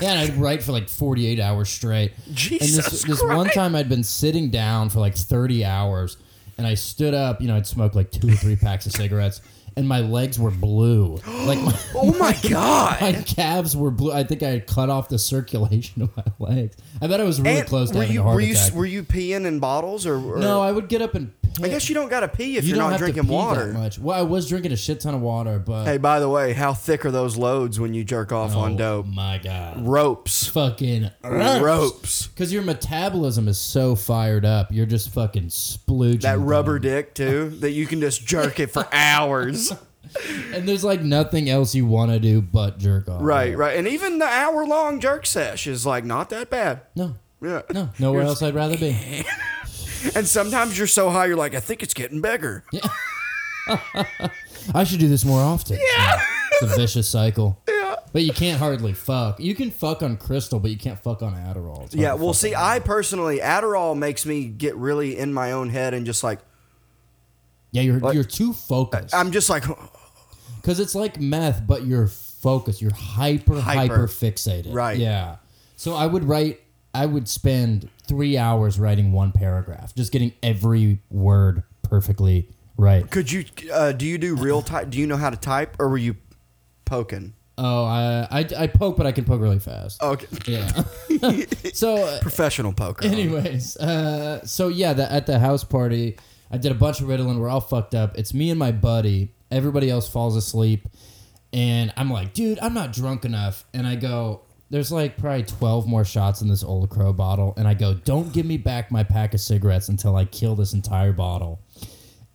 [SPEAKER 3] Yeah, and I'd write for like 48 hours straight. and
[SPEAKER 2] Jesus
[SPEAKER 3] this, this one
[SPEAKER 2] Christ.
[SPEAKER 3] time I'd been sitting down for like 30 hours and I stood up, you know, I'd smoked like two or three packs of cigarettes and my legs were blue. Like my,
[SPEAKER 2] oh my
[SPEAKER 3] my
[SPEAKER 2] god!
[SPEAKER 3] calves were blue. I think I had cut off the circulation of my legs. I bet I was really
[SPEAKER 2] And
[SPEAKER 3] close to
[SPEAKER 2] were
[SPEAKER 3] having
[SPEAKER 2] you
[SPEAKER 3] a heart
[SPEAKER 2] were you
[SPEAKER 3] attack.
[SPEAKER 2] were you peeing in bottles or, or-
[SPEAKER 3] no, I would get up and piss.
[SPEAKER 2] I guess you don't gotta pee if
[SPEAKER 3] You
[SPEAKER 2] you are
[SPEAKER 3] don't
[SPEAKER 2] not
[SPEAKER 3] have
[SPEAKER 2] drinking
[SPEAKER 3] to pee
[SPEAKER 2] water.
[SPEAKER 3] that much. Well, I was drinking a shit ton of water, but
[SPEAKER 2] Hey, by the way, how thick are those loads when you jerk off
[SPEAKER 3] oh
[SPEAKER 2] on dope?
[SPEAKER 3] my god,
[SPEAKER 2] Ropes.
[SPEAKER 3] fucking
[SPEAKER 2] Ropes.
[SPEAKER 3] Because your metabolism is so fired up, you're just fucking splooging.
[SPEAKER 2] That rubber
[SPEAKER 3] down.
[SPEAKER 2] dick too, that you can just jerk it for hours.
[SPEAKER 3] and there's like nothing else you want to do but jerk off.
[SPEAKER 2] Right, right. And even the hour long jerk sesh is like not that bad.
[SPEAKER 3] No,
[SPEAKER 2] Yeah.
[SPEAKER 3] no, nowhere else I'd rather be.
[SPEAKER 2] And sometimes you're so high you're like, I think it's getting bigger.
[SPEAKER 3] I should do this more often. Yeah, it's a vicious cycle.
[SPEAKER 2] Yeah.
[SPEAKER 3] But you can't hardly fuck. You can fuck on crystal, but you can't fuck on Adderall. It's hard
[SPEAKER 2] Yeah,
[SPEAKER 3] to
[SPEAKER 2] well,
[SPEAKER 3] fuck
[SPEAKER 2] see,
[SPEAKER 3] on-
[SPEAKER 2] I personally, Adderall makes me get really in my own head and just like,
[SPEAKER 3] yeah, you're you're too focused.
[SPEAKER 2] I'm just like,
[SPEAKER 3] Because it's like meth, but you're focused. You're hyper,
[SPEAKER 2] Hyper.
[SPEAKER 3] hyper, fixated.
[SPEAKER 2] Right.
[SPEAKER 3] Yeah. So I would write, I would spend three hours writing one paragraph, just getting every word perfectly right.
[SPEAKER 2] could you, uh, do you do real type? Do you know how to type or were you poking?
[SPEAKER 3] Oh, I, I, I poke, but I can poke really fast.
[SPEAKER 2] Okay.
[SPEAKER 3] Yeah. so, uh,
[SPEAKER 2] Professional poker.
[SPEAKER 3] anyways, uh, so yeah, the, at the house party, I did a bunch of Ritalin. We're all fucked up. It's me and my buddy. Everybody else falls asleep, and I'm like, dude, I'm not drunk enough. And I go, there's like probably 12 more shots in this old crow bottle, and I go, don't give me back my pack of cigarettes until I kill this entire bottle.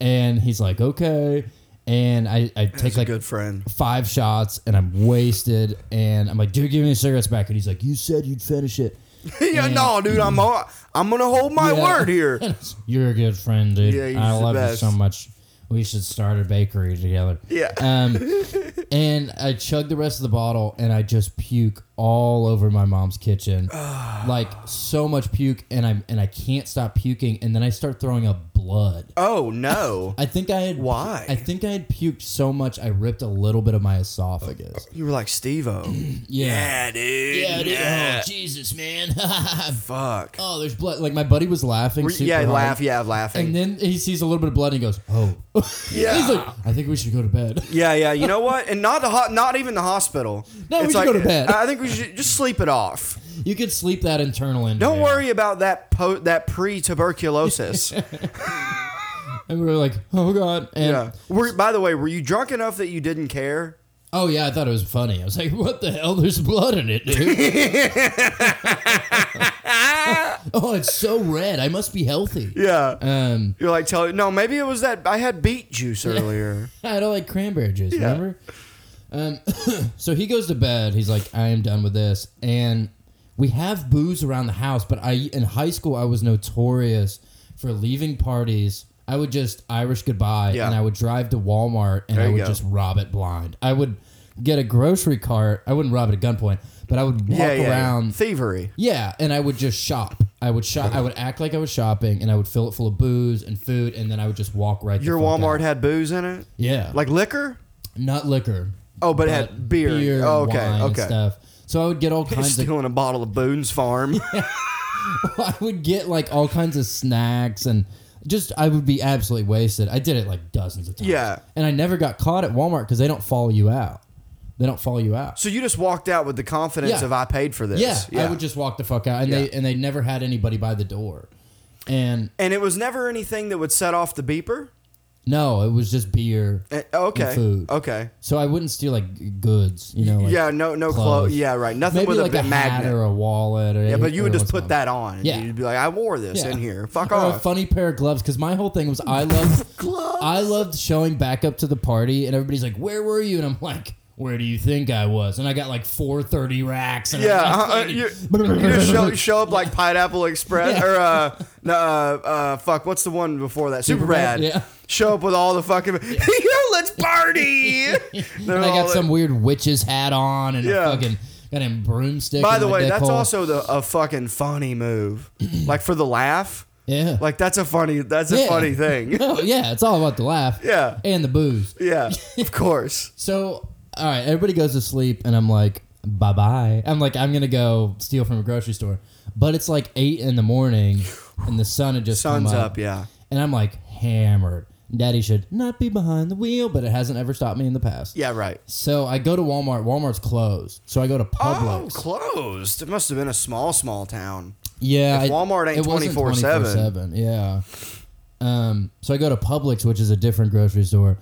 [SPEAKER 3] And he's like, okay. And I, I take
[SPEAKER 2] He's a
[SPEAKER 3] like
[SPEAKER 2] good friend.
[SPEAKER 3] five shots and I'm wasted and I'm like, dude, give me the cigarettes back. And he's like, you said you'd finish it.
[SPEAKER 2] yeah, no, dude, I'm, all, I'm going to hold my
[SPEAKER 3] Yeah.
[SPEAKER 2] word here.
[SPEAKER 3] You're a good friend, dude.
[SPEAKER 2] Yeah, he's
[SPEAKER 3] I
[SPEAKER 2] the
[SPEAKER 3] love
[SPEAKER 2] best.
[SPEAKER 3] you so much. We should start a bakery together.
[SPEAKER 2] Yeah.
[SPEAKER 3] Um, and I chug the rest of the bottle and I just puke all over my mom's kitchen, like so much puke, and I'm and I can't stop puking, and then I start throwing up blood.
[SPEAKER 2] Oh, no.
[SPEAKER 3] I think I had
[SPEAKER 2] Why?
[SPEAKER 3] I think I had puked so much I ripped a little bit of my esophagus.
[SPEAKER 2] You were like, Steve O.
[SPEAKER 3] Yeah.
[SPEAKER 2] Yeah, dude.
[SPEAKER 3] Yeah, dude.
[SPEAKER 2] yeah.
[SPEAKER 3] Oh, Jesus, man.
[SPEAKER 2] Fuck.
[SPEAKER 3] oh, there's blood. Like my buddy was laughing.
[SPEAKER 2] Were-
[SPEAKER 3] Super
[SPEAKER 2] yeah,
[SPEAKER 3] hard.
[SPEAKER 2] laugh. Yeah, laughing.
[SPEAKER 3] And then he sees a little bit of blood and he goes, "Oh."
[SPEAKER 2] Yeah.
[SPEAKER 3] He's like, "I think we should go to bed."
[SPEAKER 2] yeah, yeah. You know what? And not the ho- not even the hospital.
[SPEAKER 3] No, we should go to bed.
[SPEAKER 2] I think we should just sleep it off.
[SPEAKER 3] You could sleep that internal in.
[SPEAKER 2] Don't
[SPEAKER 3] there.
[SPEAKER 2] worry about that po- that pre tuberculosis.
[SPEAKER 3] And we were like, "Oh god." And
[SPEAKER 2] yeah. Were, by the way, were you drunk enough that you didn't care?
[SPEAKER 3] oh yeah, I thought it was funny. I was like, "What the hell? There's blood in it, dude." oh, it's so red. I must be healthy.
[SPEAKER 2] Yeah.
[SPEAKER 3] Um,
[SPEAKER 2] Uh, You're like telling no. Maybe it was that I had beet juice earlier.
[SPEAKER 3] I don't like cranberry juice. Remember? Um, so he goes to bed. He's like, I am done with this. And we have booze around the house, but I in high school I was notorious for leaving parties. I would just Irish goodbye,
[SPEAKER 2] Yeah.
[SPEAKER 3] and I would drive to Walmart, and
[SPEAKER 2] There
[SPEAKER 3] I
[SPEAKER 2] you
[SPEAKER 3] would
[SPEAKER 2] go.
[SPEAKER 3] just rob it blind. I would get a grocery cart. I wouldn't rob it at gunpoint, but I would walk
[SPEAKER 2] yeah, yeah.
[SPEAKER 3] around.
[SPEAKER 2] Thievery.
[SPEAKER 3] Yeah, and I would just shop. I would shop. I would act like I was shopping, and I would fill it full of booze and food, and then I would just walk right.
[SPEAKER 2] Your
[SPEAKER 3] the fuck
[SPEAKER 2] Walmart
[SPEAKER 3] out.
[SPEAKER 2] had booze in it,
[SPEAKER 3] yeah,
[SPEAKER 2] like liquor.
[SPEAKER 3] not liquor.
[SPEAKER 2] Oh, but it
[SPEAKER 3] but
[SPEAKER 2] had beer.
[SPEAKER 3] and
[SPEAKER 2] oh, okay,
[SPEAKER 3] wine and
[SPEAKER 2] okay.
[SPEAKER 3] stuff. So I would get all kinds of.
[SPEAKER 2] Stealing a bottle of Boone's Farm.
[SPEAKER 3] I would get like all kinds of snacks and just I would be absolutely wasted. I did it like dozens of times.
[SPEAKER 2] Yeah.
[SPEAKER 3] and I never got caught at Walmart because they don't follow you out. They don't follow you out.
[SPEAKER 2] So you just walked out with the confidence
[SPEAKER 3] Yeah.
[SPEAKER 2] of I paid for this.
[SPEAKER 3] Yeah, I would just walk the fuck out, and they and they never had anybody by the door. And
[SPEAKER 2] and it was never anything that would set off the beeper.
[SPEAKER 3] No, it was just beer.
[SPEAKER 2] Eh, Okay.
[SPEAKER 3] And food.
[SPEAKER 2] Okay.
[SPEAKER 3] So I wouldn't steal like g- goods, you know. Like
[SPEAKER 2] yeah. No. No clothes.
[SPEAKER 3] clothes.
[SPEAKER 2] Yeah. Right. Nothing
[SPEAKER 3] maybe
[SPEAKER 2] with
[SPEAKER 3] like
[SPEAKER 2] a,
[SPEAKER 3] a,
[SPEAKER 2] big
[SPEAKER 3] hat
[SPEAKER 2] magnet.
[SPEAKER 3] or a wallet. Or
[SPEAKER 2] yeah, but you would just put
[SPEAKER 3] that.
[SPEAKER 2] that on. and
[SPEAKER 3] Yeah.
[SPEAKER 2] You'd be like, I wore this
[SPEAKER 3] Yeah.
[SPEAKER 2] in here. Fuck
[SPEAKER 3] or a
[SPEAKER 2] off.
[SPEAKER 3] funny pair of gloves because my whole thing was I loved
[SPEAKER 2] Gloves.
[SPEAKER 3] I loved showing back up to the party and everybody's like, "Where were you?" and I'm like, "Where do you think I was?" and I got like four thirty racks. And
[SPEAKER 2] yeah.
[SPEAKER 3] I'm
[SPEAKER 2] Uh,
[SPEAKER 3] like,
[SPEAKER 2] uh, you, you just show, show up like Pineapple Express
[SPEAKER 3] Yeah.
[SPEAKER 2] or uh, no, uh, uh, fuck, what's the one before that? Super Rad.
[SPEAKER 3] Superbad, yeah.
[SPEAKER 2] Show up with all the fucking. Yo, let's party. They're
[SPEAKER 3] and I
[SPEAKER 2] all
[SPEAKER 3] got
[SPEAKER 2] like-
[SPEAKER 3] some weird witch's hat on and
[SPEAKER 2] Yeah.
[SPEAKER 3] a fucking goddamn broomstick.
[SPEAKER 2] By
[SPEAKER 3] in
[SPEAKER 2] the
[SPEAKER 3] my
[SPEAKER 2] way,
[SPEAKER 3] dick
[SPEAKER 2] that's
[SPEAKER 3] hole.
[SPEAKER 2] also the a fucking funny move. like for the laugh.
[SPEAKER 3] yeah.
[SPEAKER 2] Like that's a funny. That's a
[SPEAKER 3] Yeah.
[SPEAKER 2] funny thing.
[SPEAKER 3] No, yeah, it's all about the laugh.
[SPEAKER 2] Yeah.
[SPEAKER 3] and the booze.
[SPEAKER 2] yeah. Of course.
[SPEAKER 3] So, all right, everybody goes to sleep, and I'm like, bye bye. I'm like, I'm gonna go steal from a grocery store, but it's like eight in the morning, and the sun had just
[SPEAKER 2] Sun's
[SPEAKER 3] come
[SPEAKER 2] up. Yeah.
[SPEAKER 3] and I'm like hammered. Daddy should not be behind the wheel, but it hasn't ever stopped me in the past.
[SPEAKER 2] Yeah. Right.
[SPEAKER 3] So I go to Walmart. Walmart's closed, so I go to
[SPEAKER 2] Oh,
[SPEAKER 3] Publix.
[SPEAKER 2] closed. It must have been a small, small town.
[SPEAKER 3] yeah,
[SPEAKER 2] If
[SPEAKER 3] I-
[SPEAKER 2] Walmart ain't
[SPEAKER 3] it wasn't
[SPEAKER 2] 24/7.
[SPEAKER 3] 24/7, Yeah. Um. So I go to Publix, which is a different grocery store,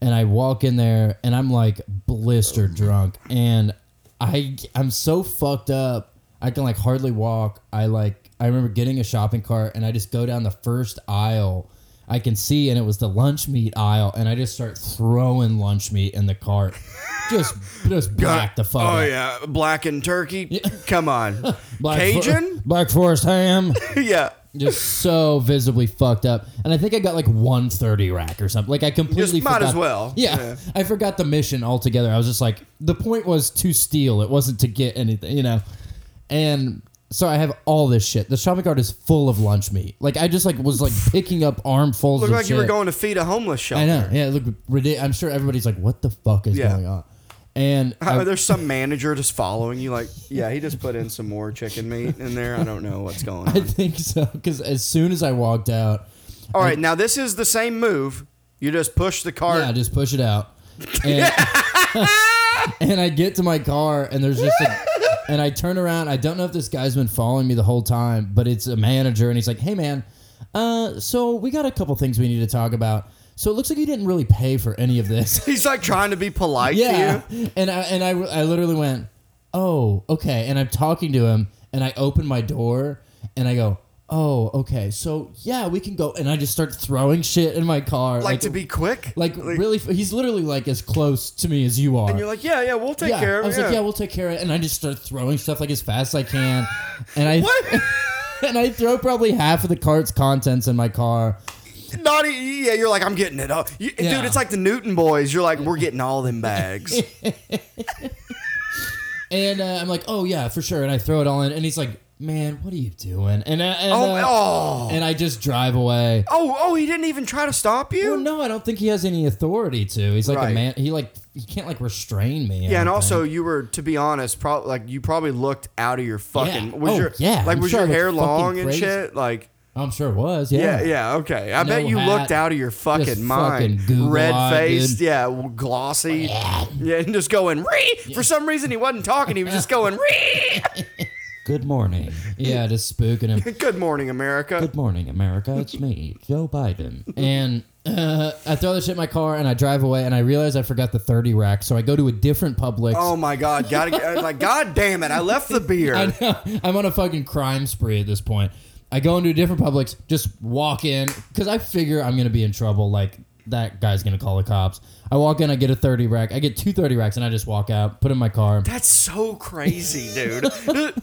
[SPEAKER 3] and I walk in there, and I'm like blistered drunk, and I I'm so fucked up. I can like hardly walk. I like I remember getting a shopping cart, and I just go down the first aisle. I can see, and it was the lunch meat aisle, and I just start throwing lunch meat in the cart, just just black the fuck.
[SPEAKER 2] Oh
[SPEAKER 3] up.
[SPEAKER 2] yeah, black and turkey. Come on,
[SPEAKER 3] Black Fo-
[SPEAKER 2] Cajun.
[SPEAKER 3] Black Forest ham.
[SPEAKER 2] yeah,
[SPEAKER 3] just so visibly fucked up. And I think I got like 130 rack or something. Like I completely
[SPEAKER 2] just might
[SPEAKER 3] forgot.
[SPEAKER 2] as well.
[SPEAKER 3] Yeah, I forgot the mission altogether. I was just like, the point was to steal. It wasn't to get anything, you know. And so I have all this shit. The shopping cart is full of lunch meat. Like I just like was like picking up armfuls.
[SPEAKER 2] looked
[SPEAKER 3] of
[SPEAKER 2] like you were
[SPEAKER 3] shit.
[SPEAKER 2] going to feed a homeless shelter.
[SPEAKER 3] I know. Yeah, look, ridiculous. I'm sure everybody's like, what the fuck is
[SPEAKER 2] Yeah.
[SPEAKER 3] going on? And
[SPEAKER 2] How-
[SPEAKER 3] I-
[SPEAKER 2] there's some manager just following you, like, yeah, he just put in some more chicken meat in there. I don't know what's going
[SPEAKER 3] I
[SPEAKER 2] on.
[SPEAKER 3] think so because as soon as I walked out,
[SPEAKER 2] All right, now this is the same move. You just push the cart.
[SPEAKER 3] Yeah, just push it out. And, and I get to my car, and there's just a. And I turn around. I don't know if this guy's been following me the whole time, but it's a manager, and he's like, "Hey, man, uh, so we got a couple things we need to talk about. So it looks like you didn't really pay for any of this."
[SPEAKER 2] He's like trying to be polite
[SPEAKER 3] yeah,
[SPEAKER 2] to you.
[SPEAKER 3] and I and I, I literally went, "Oh, okay." And I'm talking to him, and I open my door, and I go. Oh, okay. So yeah, we can go, and I just start throwing shit in my car.
[SPEAKER 2] Like, to be quick.
[SPEAKER 3] Like, really, he's literally like as close to me as you are.
[SPEAKER 2] And you're like, yeah, yeah, we'll take
[SPEAKER 3] yeah,
[SPEAKER 2] care of
[SPEAKER 3] I was
[SPEAKER 2] it.
[SPEAKER 3] like, yeah, we'll take care of it. And I just start throwing stuff like as fast as I can, and I
[SPEAKER 2] What?
[SPEAKER 3] and I throw probably half of the cart's contents in my car.
[SPEAKER 2] Not e- yeah, you're like, I'm getting it up. You,
[SPEAKER 3] Yeah.
[SPEAKER 2] Dude, it's like the Newton boys. You're like, we're getting all them bags.
[SPEAKER 3] And uh, I'm like, oh yeah, for sure. And I throw it all in, and he's like, man, what are you doing? And uh, and,
[SPEAKER 2] oh,
[SPEAKER 3] uh,
[SPEAKER 2] oh.
[SPEAKER 3] and I just drive away.
[SPEAKER 2] Oh, oh, he didn't even try to stop you?
[SPEAKER 3] Well, no, I don't think he has any authority to. He's like
[SPEAKER 2] Right.
[SPEAKER 3] a man. He like he can't like restrain me.
[SPEAKER 2] Yeah, and also you were, to be honest, probably like you probably looked out of your fucking.
[SPEAKER 3] Yeah.
[SPEAKER 2] Was
[SPEAKER 3] Oh,
[SPEAKER 2] your
[SPEAKER 3] yeah,
[SPEAKER 2] Like
[SPEAKER 3] I'm
[SPEAKER 2] was
[SPEAKER 3] sure
[SPEAKER 2] your
[SPEAKER 3] I
[SPEAKER 2] hair
[SPEAKER 3] looked
[SPEAKER 2] long
[SPEAKER 3] fucking
[SPEAKER 2] and
[SPEAKER 3] crazy.
[SPEAKER 2] shit? Like
[SPEAKER 3] I'm sure it was.
[SPEAKER 2] yeah, yeah, okay. I bet
[SPEAKER 3] No
[SPEAKER 2] you
[SPEAKER 3] hat.
[SPEAKER 2] looked out of your fucking
[SPEAKER 3] Just
[SPEAKER 2] mind,
[SPEAKER 3] fucking Google
[SPEAKER 2] red
[SPEAKER 3] eye,
[SPEAKER 2] faced,
[SPEAKER 3] dude.
[SPEAKER 2] yeah, w- glossy, yeah, and just going ree. For some reason, he wasn't talking; he was just going ree.
[SPEAKER 3] Good morning. Yeah, just spooking him.
[SPEAKER 2] Good morning, America.
[SPEAKER 3] Good morning, America. It's me, Joe Biden. And uh, I throw the shit in my car and I drive away and I realize I forgot the 30 rack. So I go to a different Publix.
[SPEAKER 2] Oh my God! Gotta get- I was like, God damn it! I left the beer.
[SPEAKER 3] I
[SPEAKER 2] Oh.
[SPEAKER 3] know. I'm on a fucking crime spree at this point. I go into a different Publix, just walk in because I figure I'm gonna be in trouble. Like that guy's gonna call the cops. I walk in, I get a 30 rack, I get two 30 racks, and I just walk out, put it in my car.
[SPEAKER 2] That's so crazy, dude.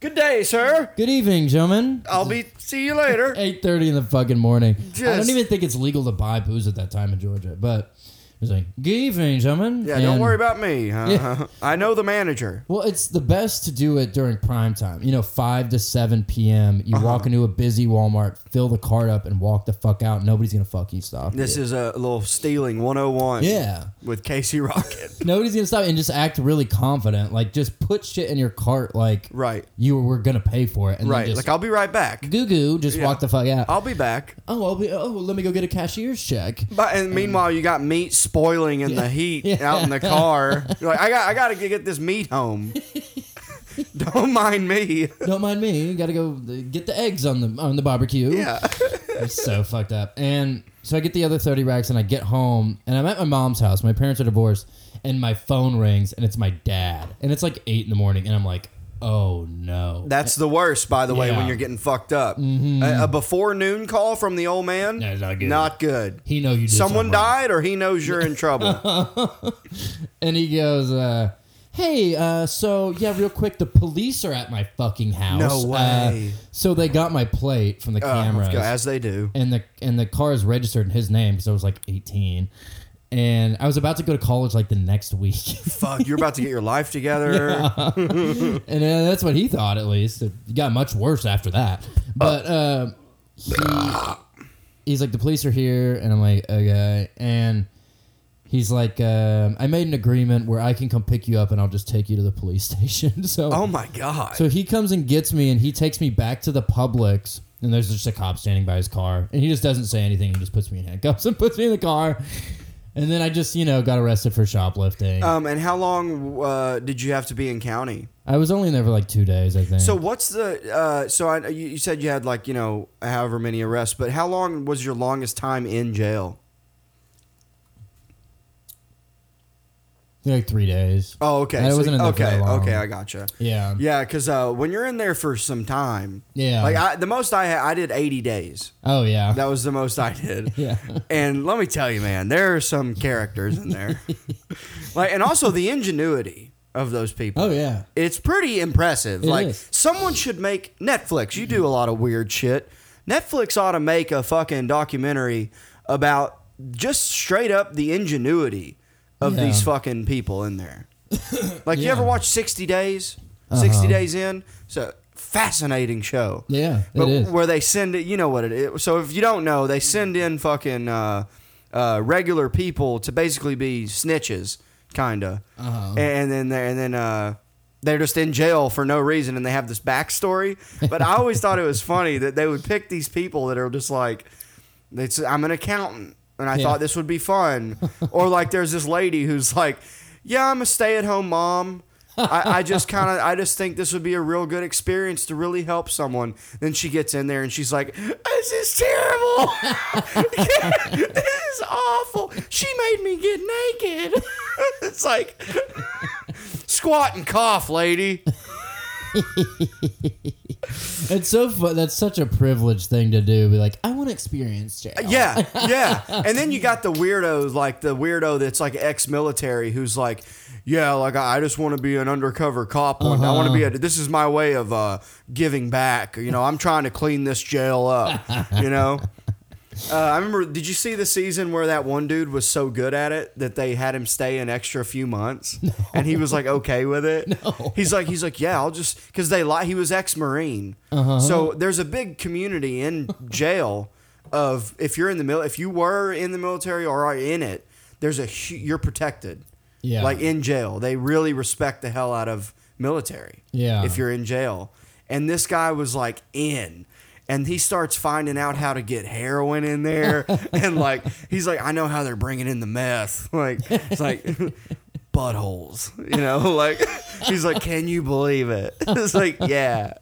[SPEAKER 2] Good day, sir.
[SPEAKER 3] Good evening, gentlemen.
[SPEAKER 2] I'll be. See you later.
[SPEAKER 3] 8.30 in the fucking morning. I
[SPEAKER 2] Just-
[SPEAKER 3] don't even think it's legal to buy booze at that time in Georgia, but it's like, good evening, gentlemen.
[SPEAKER 2] Yeah, don't
[SPEAKER 3] And-
[SPEAKER 2] worry about me. huh? I know the manager.
[SPEAKER 3] Well, it's the best to do it during prime time. You know, 5 to 7 p.m. You
[SPEAKER 2] Uh-huh.
[SPEAKER 3] walk into a busy Walmart, fill the cart up, and walk the fuck out. Nobody's going to fucking stop
[SPEAKER 2] This
[SPEAKER 3] you.
[SPEAKER 2] is a little stealing 101
[SPEAKER 3] Yeah.
[SPEAKER 2] with Casey Rocket.
[SPEAKER 3] Nobody's going to stop you and just act really confident. Like, just put shit in your cart like
[SPEAKER 2] Right.
[SPEAKER 3] you were going to pay for it. And
[SPEAKER 2] Right.
[SPEAKER 3] Then just,
[SPEAKER 2] Like, I'll be right back.
[SPEAKER 3] Goo goo, just walk the fuck out.
[SPEAKER 2] I'll be back.
[SPEAKER 3] oh, I'll be, oh, let me go get a cashier's check.
[SPEAKER 2] But and meanwhile, you got meat spoiling in the heat out in the car. You're like, I got, I got to get this meat home. Don't mind me.
[SPEAKER 3] Don't mind me. Got to go uh, get the eggs on the on the barbecue.
[SPEAKER 2] Yeah.
[SPEAKER 3] I'm so fucked up. And so I get the other 30 racks and I get home and I'm at my mom's house. My parents are divorced and my phone rings and it's my dad. And it's like 8 in the morning and I'm like, oh no.
[SPEAKER 2] That's the worst, by the way,
[SPEAKER 3] Yeah. Mm-hmm.
[SPEAKER 2] when you're getting fucked up. A, a before noon call from the old man,
[SPEAKER 3] No, not good.
[SPEAKER 2] Not good.
[SPEAKER 3] he know you did
[SPEAKER 2] Someone
[SPEAKER 3] something wrong.
[SPEAKER 2] died, or he knows you're in trouble. Uh,
[SPEAKER 3] And he goes, uh, hey, uh, so yeah, real quick, the police are at my fucking house.
[SPEAKER 2] No
[SPEAKER 3] Uh,
[SPEAKER 2] way.
[SPEAKER 3] so they got my plate from the
[SPEAKER 2] Uh,
[SPEAKER 3] cameras.
[SPEAKER 2] as they do.
[SPEAKER 3] and the and the car is registered in his name because I was like 18, and I was about to go to college like the next week,
[SPEAKER 2] Fuck, you're about to get your life together.
[SPEAKER 3] and uh, that's what he thought at least. It got much worse after that, but uh, he he's like the police are here, and I'm like okay, and he's like um, I made an agreement where I can come pick you up and I'll just take you to the police station. so
[SPEAKER 2] Oh my god.
[SPEAKER 3] So he comes and gets me, and he takes me back to the Publix. And there's just a cop standing by his car, and he just doesn't say anything. He just puts me in handcuffs and puts me in the car. And then I just, you know, got arrested for shoplifting.
[SPEAKER 2] um, and how long uh, did you have to be in county?
[SPEAKER 3] I was only in there for like two days, I think.
[SPEAKER 2] So what's the? Uh, so I, you you said you had like you know however many arrests, but how long was your longest time in jail?
[SPEAKER 3] like three days.
[SPEAKER 2] Oh, okay.
[SPEAKER 3] I
[SPEAKER 2] so-
[SPEAKER 3] wasn't in there for
[SPEAKER 2] okay,
[SPEAKER 3] that long.
[SPEAKER 2] okay, I gotcha.
[SPEAKER 3] Yeah.
[SPEAKER 2] Yeah, because uh, when you're in there for some time,
[SPEAKER 3] Yeah.
[SPEAKER 2] like I, the most I had, I did 80 days.
[SPEAKER 3] Oh yeah.
[SPEAKER 2] That was the most I did.
[SPEAKER 3] Yeah.
[SPEAKER 2] And let me tell you, man, there are some characters in there, like, and also the ingenuity of those people.
[SPEAKER 3] Oh yeah.
[SPEAKER 2] It's pretty impressive.
[SPEAKER 3] It
[SPEAKER 2] like
[SPEAKER 3] is.
[SPEAKER 2] someone should make Netflix. You do a lot of weird shit. Netflix ought to make a fucking documentary about just straight up the ingenuity of
[SPEAKER 3] Yeah.
[SPEAKER 2] these fucking people in there. like you
[SPEAKER 3] Yeah. Uh-huh.
[SPEAKER 2] ever watch 60 Days? 60 Days in. It's a fascinating show.
[SPEAKER 3] Yeah.
[SPEAKER 2] But
[SPEAKER 3] it is.
[SPEAKER 2] where they send it, you know what it is. So if you don't know, they send in fucking uh, uh, regular people to basically be snitches, kinda.
[SPEAKER 3] Uh-huh.
[SPEAKER 2] And then they and then uh, they're just in jail for no reason, and they have this backstory. But I always thought it was funny that they would pick these people that are just like, they say, "I'm an accountant," and I
[SPEAKER 3] Yeah.
[SPEAKER 2] thought this would be fun. or like, there's this lady who's like, "Yeah, I'm a stay-at-home mom." I, I just kind of I just think this would be a real good experience to really help someone. Then she gets in there and she's like, "This is terrible. this is awful. She made me get naked." it's like squat and cough, lady.
[SPEAKER 3] It's so fun. That's such a privileged thing to do. Be like, I want to experience jail.
[SPEAKER 2] Uh, Yeah, yeah. And then you got the weirdo, like the weirdo that's like ex-military, who's like, yeah, like I I just want to be an undercover cop. One. day. I want to be a. This is my way of uh, giving back. You know, I'm trying to clean this jail up. You know. Uh, I remember. Did you see the season where that one dude was so good at it that they had him stay an extra few months, and he was like okay with it. No. He's like, he's like, yeah, I'll just because they like he was ex-marine, so there's a big community in jail of if you're in the mil, if you were in the military or are in it, there's a hu- you're protected.
[SPEAKER 3] Yeah.
[SPEAKER 2] Like in jail, they really respect the hell out of military.
[SPEAKER 3] Yeah.
[SPEAKER 2] If you're in jail, and this guy was like in. And he starts finding out how to get heroin in there, and like he's like, I know how they're bringing in the meth. Like it's like buttholes, you know. Like he's like, can you believe it? It's like, yeah,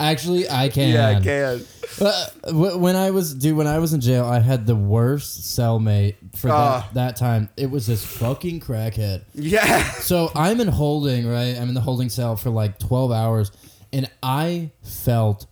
[SPEAKER 3] Actually, I can.
[SPEAKER 2] yeah, I can.
[SPEAKER 3] Uh, wh- when I was dude, when I was in jail, I had the worst cellmate for
[SPEAKER 2] Ah.
[SPEAKER 3] that, that time. It was this fucking crackhead.
[SPEAKER 2] Yeah.
[SPEAKER 3] So I'm in holding, right? I'm in the holding cell for like 12 hours, and I felt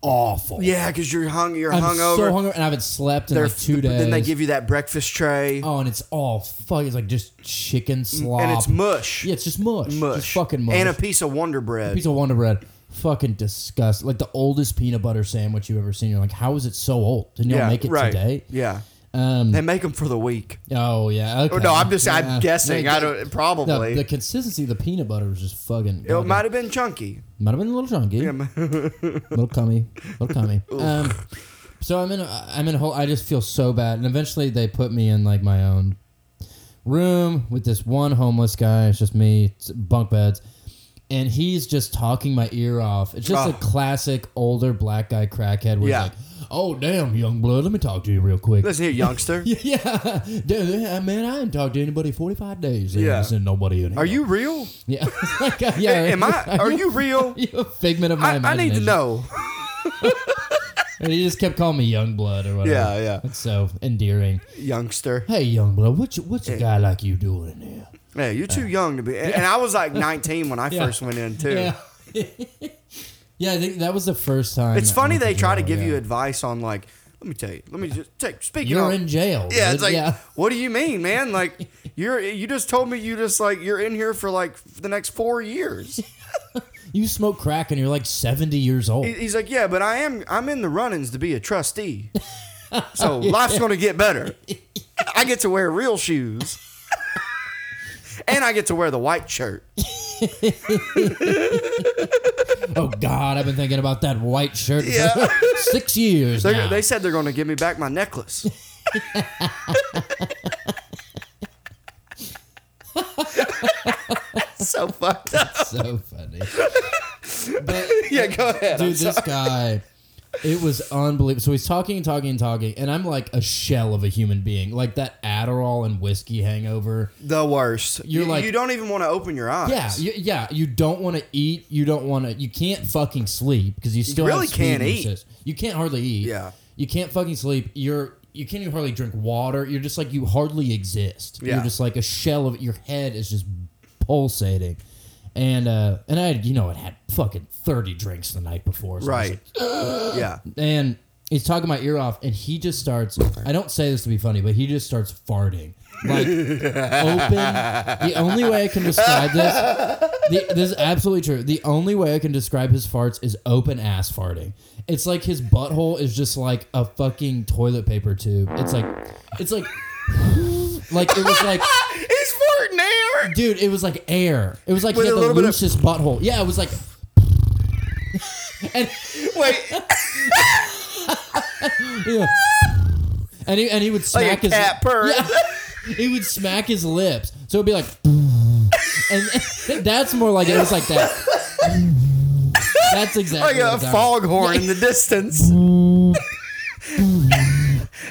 [SPEAKER 3] awful.
[SPEAKER 2] Yeah, because you're hung, you're
[SPEAKER 3] I'm
[SPEAKER 2] hungover.
[SPEAKER 3] so hungover, and I haven't slept in
[SPEAKER 2] They're-
[SPEAKER 3] like two days.
[SPEAKER 2] Then they give you that breakfast tray,
[SPEAKER 3] oh, and it's all fuck. It's like just chicken slop,
[SPEAKER 2] and it's mush,
[SPEAKER 3] Oh, yeah, it's just mush,
[SPEAKER 2] mush,
[SPEAKER 3] just fucking mush,
[SPEAKER 2] and a piece of Wonder Bread.
[SPEAKER 3] piece of Wonder Bread. Fucking disgust. Like the oldest peanut butter sandwich you've ever seen. You're like, how is it so old? Didn't
[SPEAKER 2] yeah,
[SPEAKER 3] y'all make it
[SPEAKER 2] right.
[SPEAKER 3] today?
[SPEAKER 2] Yeah,
[SPEAKER 3] Um,
[SPEAKER 2] they make them for the week.
[SPEAKER 3] Oh yeah. Okay.
[SPEAKER 2] Or no, I'm just,
[SPEAKER 3] Yeah.
[SPEAKER 2] I'm guessing.
[SPEAKER 3] Yeah,
[SPEAKER 2] I don't
[SPEAKER 3] the-
[SPEAKER 2] probably.
[SPEAKER 3] The, consistency of the peanut butter was just fucking.
[SPEAKER 2] it might have been chunky.
[SPEAKER 3] might have been a little chunky. little cummy, little cummy. Um, so I'm in. A, I'm in a whole. I just feel so bad, and eventually they put me in like my own room with this one homeless guy. It's just me, it's bunk beds, and he's just talking my ear off. It's just
[SPEAKER 2] Oh.
[SPEAKER 3] a classic older black guy crackhead. Where
[SPEAKER 2] Yeah.
[SPEAKER 3] he's like, "Oh damn, young blood, let me talk to you real quick."
[SPEAKER 2] Listen here, youngster.
[SPEAKER 3] Yeah, Dude, yeah, man, I haven't talked to anybody in 45 days.
[SPEAKER 2] Yeah.
[SPEAKER 3] Yeah, there ain't nobody in here.
[SPEAKER 2] Are you real?
[SPEAKER 3] Yeah, Like, uh, yeah.
[SPEAKER 2] Am I? Are you real?
[SPEAKER 3] you a figment of my
[SPEAKER 2] I, I need to
[SPEAKER 3] imagination?
[SPEAKER 2] know.
[SPEAKER 3] And he just kept calling me Youngblood or whatever.
[SPEAKER 2] Yeah, yeah.
[SPEAKER 3] It's so endearing.
[SPEAKER 2] youngster.
[SPEAKER 3] Hey, Youngblood, what's what's a guy like you doing in here?
[SPEAKER 2] Hey, you're too young to be. And, and I was like 19 when I
[SPEAKER 3] Yeah.
[SPEAKER 2] first went in too.
[SPEAKER 3] Yeah. yeah, I think that was the first time.
[SPEAKER 2] It's
[SPEAKER 3] I
[SPEAKER 2] funny
[SPEAKER 3] went
[SPEAKER 2] they
[SPEAKER 3] to
[SPEAKER 2] try to
[SPEAKER 3] jail,
[SPEAKER 2] give
[SPEAKER 3] yeah.
[SPEAKER 2] you advice on like, let me tell you, let me just take. Speaking
[SPEAKER 3] You're
[SPEAKER 2] of-
[SPEAKER 3] in jail.
[SPEAKER 2] Yeah,
[SPEAKER 3] dude.
[SPEAKER 2] it's like,
[SPEAKER 3] yeah.
[SPEAKER 2] what do you mean, man? Like, you're you just told me you just like you're in here for like the next four years.
[SPEAKER 3] you smoke crack and you're like 70 years old.
[SPEAKER 2] He- He's like, yeah, but I am I'm in the runnings to be a trustee, so life's gonna get better. I get to wear real shoes, and I get to wear the white shirt.
[SPEAKER 3] oh God, I've been thinking about that white shirt. for
[SPEAKER 2] Yeah.
[SPEAKER 3] six years
[SPEAKER 2] They're-
[SPEAKER 3] now.
[SPEAKER 2] They said they're gonna give me back my necklace. so fucked up.
[SPEAKER 3] so funny. But
[SPEAKER 2] Yeah, go ahead. I'm
[SPEAKER 3] dude, this guy, it was unbelievable. So he's talking and talking and talking, and I'm like a shell of a human being, like that Adderall and whiskey hangover.
[SPEAKER 2] The worst.
[SPEAKER 3] You're
[SPEAKER 2] you,
[SPEAKER 3] like-
[SPEAKER 2] you don't even want to open your eyes.
[SPEAKER 3] Yeah, you, yeah. You don't want to eat. You don't want to. You can't fucking sleep because you still have
[SPEAKER 2] really
[SPEAKER 3] speed
[SPEAKER 2] can't
[SPEAKER 3] in your
[SPEAKER 2] eat.
[SPEAKER 3] sys- You can't hardly eat.
[SPEAKER 2] Yeah.
[SPEAKER 3] You can't fucking sleep. You're you can't even hardly drink water. You're just like you hardly exist.
[SPEAKER 2] Yeah.
[SPEAKER 3] You're just like a shell of your head is just pulsating. And uh and I had you know it had fucking thirty drinks the night before. So I was
[SPEAKER 2] Right. yeah.
[SPEAKER 3] like- and he's talking my ear off and he just starts I don't say this to be funny, but he just starts farting. Like open the only way I can describe this the, this is absolutely true. The only way I can describe his farts is open ass farting. It's like his butthole is just like a fucking toilet paper tube. It's like, it's like, like it was like,
[SPEAKER 2] He's farting air.
[SPEAKER 3] dude, it was like air. It was like
[SPEAKER 2] With
[SPEAKER 3] he
[SPEAKER 2] a
[SPEAKER 3] had the
[SPEAKER 2] little bit of-
[SPEAKER 3] loosest butthole. Yeah, it was like, and
[SPEAKER 2] Wait,
[SPEAKER 3] yeah. and he and he would smack
[SPEAKER 2] like a
[SPEAKER 3] his
[SPEAKER 2] cat purr.
[SPEAKER 3] Yeah. he would smack his lips. So it'd be like, and that's more like it was like that. That's
[SPEAKER 2] Like
[SPEAKER 3] exactly
[SPEAKER 2] a
[SPEAKER 3] what I'm talking-
[SPEAKER 2] foghorn in the distance.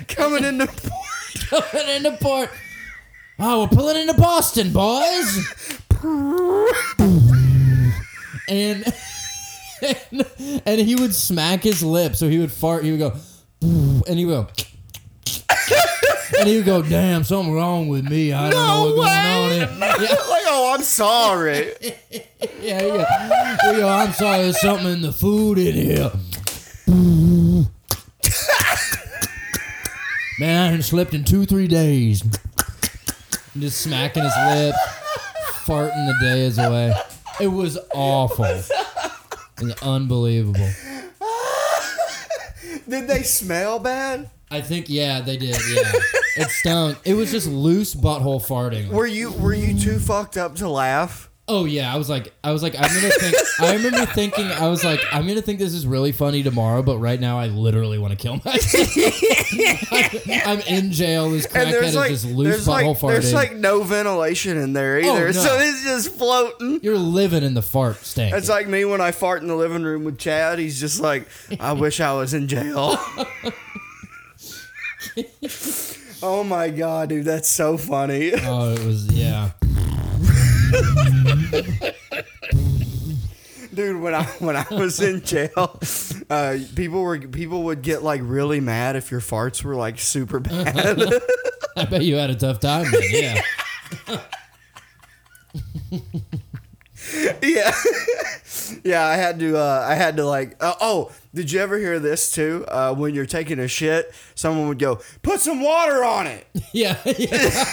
[SPEAKER 2] Coming into
[SPEAKER 3] pulling into port. Oh, we're pulling into Boston, boys. and, and and he would smack his lip, so he would fart. He would go, and he would go, and he would go. Damn, something wrong with me. I don't know
[SPEAKER 2] no
[SPEAKER 3] what's
[SPEAKER 2] way.
[SPEAKER 3] going on here. Yeah.
[SPEAKER 2] Like, oh, I'm sorry.
[SPEAKER 3] Yeah, yeah. We go, I'm sorry, there's something in the food in here. Man, I haven't slept in two, three days. Just smacking his lip, farting the days away. It was awful. It was unbelievable.
[SPEAKER 2] Did they smell bad?
[SPEAKER 3] I think, yeah, they did. Yeah, it stunk. It was just loose butthole farting.
[SPEAKER 2] Were you were you too fucked up to laugh?
[SPEAKER 3] Oh yeah, I was like, I was like, I'm gonna think. I remember thinking, I was like, I'm gonna think this is really funny tomorrow, but right now I literally want to kill myself. I'm in jail. This
[SPEAKER 2] And
[SPEAKER 3] crackhead
[SPEAKER 2] there's
[SPEAKER 3] is
[SPEAKER 2] like
[SPEAKER 3] just
[SPEAKER 2] there's
[SPEAKER 3] loose butthole
[SPEAKER 2] like there's
[SPEAKER 3] farting. Oh,
[SPEAKER 2] like no ventilation in there either,
[SPEAKER 3] no.
[SPEAKER 2] so it's just floating.
[SPEAKER 3] You're living in the fart stank.
[SPEAKER 2] It's like me when I fart in the living room with Chad. He's just like, I wish I was in jail. oh my god, dude, that's so funny.
[SPEAKER 3] oh, it was yeah.
[SPEAKER 2] Dude, when I when I was in jail, uh, people were people would get like really mad if your farts were like super bad.
[SPEAKER 3] I bet you had a tough time. Man. Yeah,
[SPEAKER 2] yeah, yeah. I had to. Uh, I had to like. Uh, oh, did you ever hear this too? Uh, when you're taking a shit, someone would go, "Put some water on it."
[SPEAKER 3] yeah, yeah.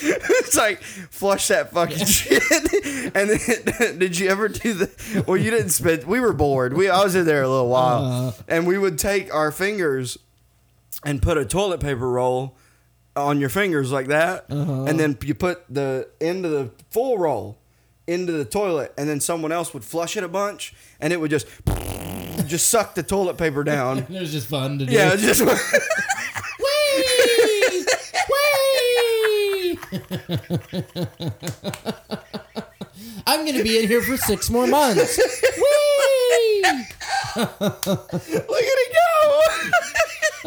[SPEAKER 2] it's like flush that fucking shit. And then, did you ever do the? Well, you didn't spend. We were bored. We I was in there a little
[SPEAKER 3] Uh-huh.
[SPEAKER 2] while, and we would take our fingers and put a toilet paper roll on your fingers like that,
[SPEAKER 3] Uh-huh.
[SPEAKER 2] and then you put the end of the full roll into the toilet, and then someone else would flush it a bunch, and it would just just suck the toilet paper down.
[SPEAKER 3] It was just fun to do.
[SPEAKER 2] Yeah, it just.
[SPEAKER 3] Whee! Whee! I'm gonna be in here for six more months. Whee!
[SPEAKER 2] Look at it go!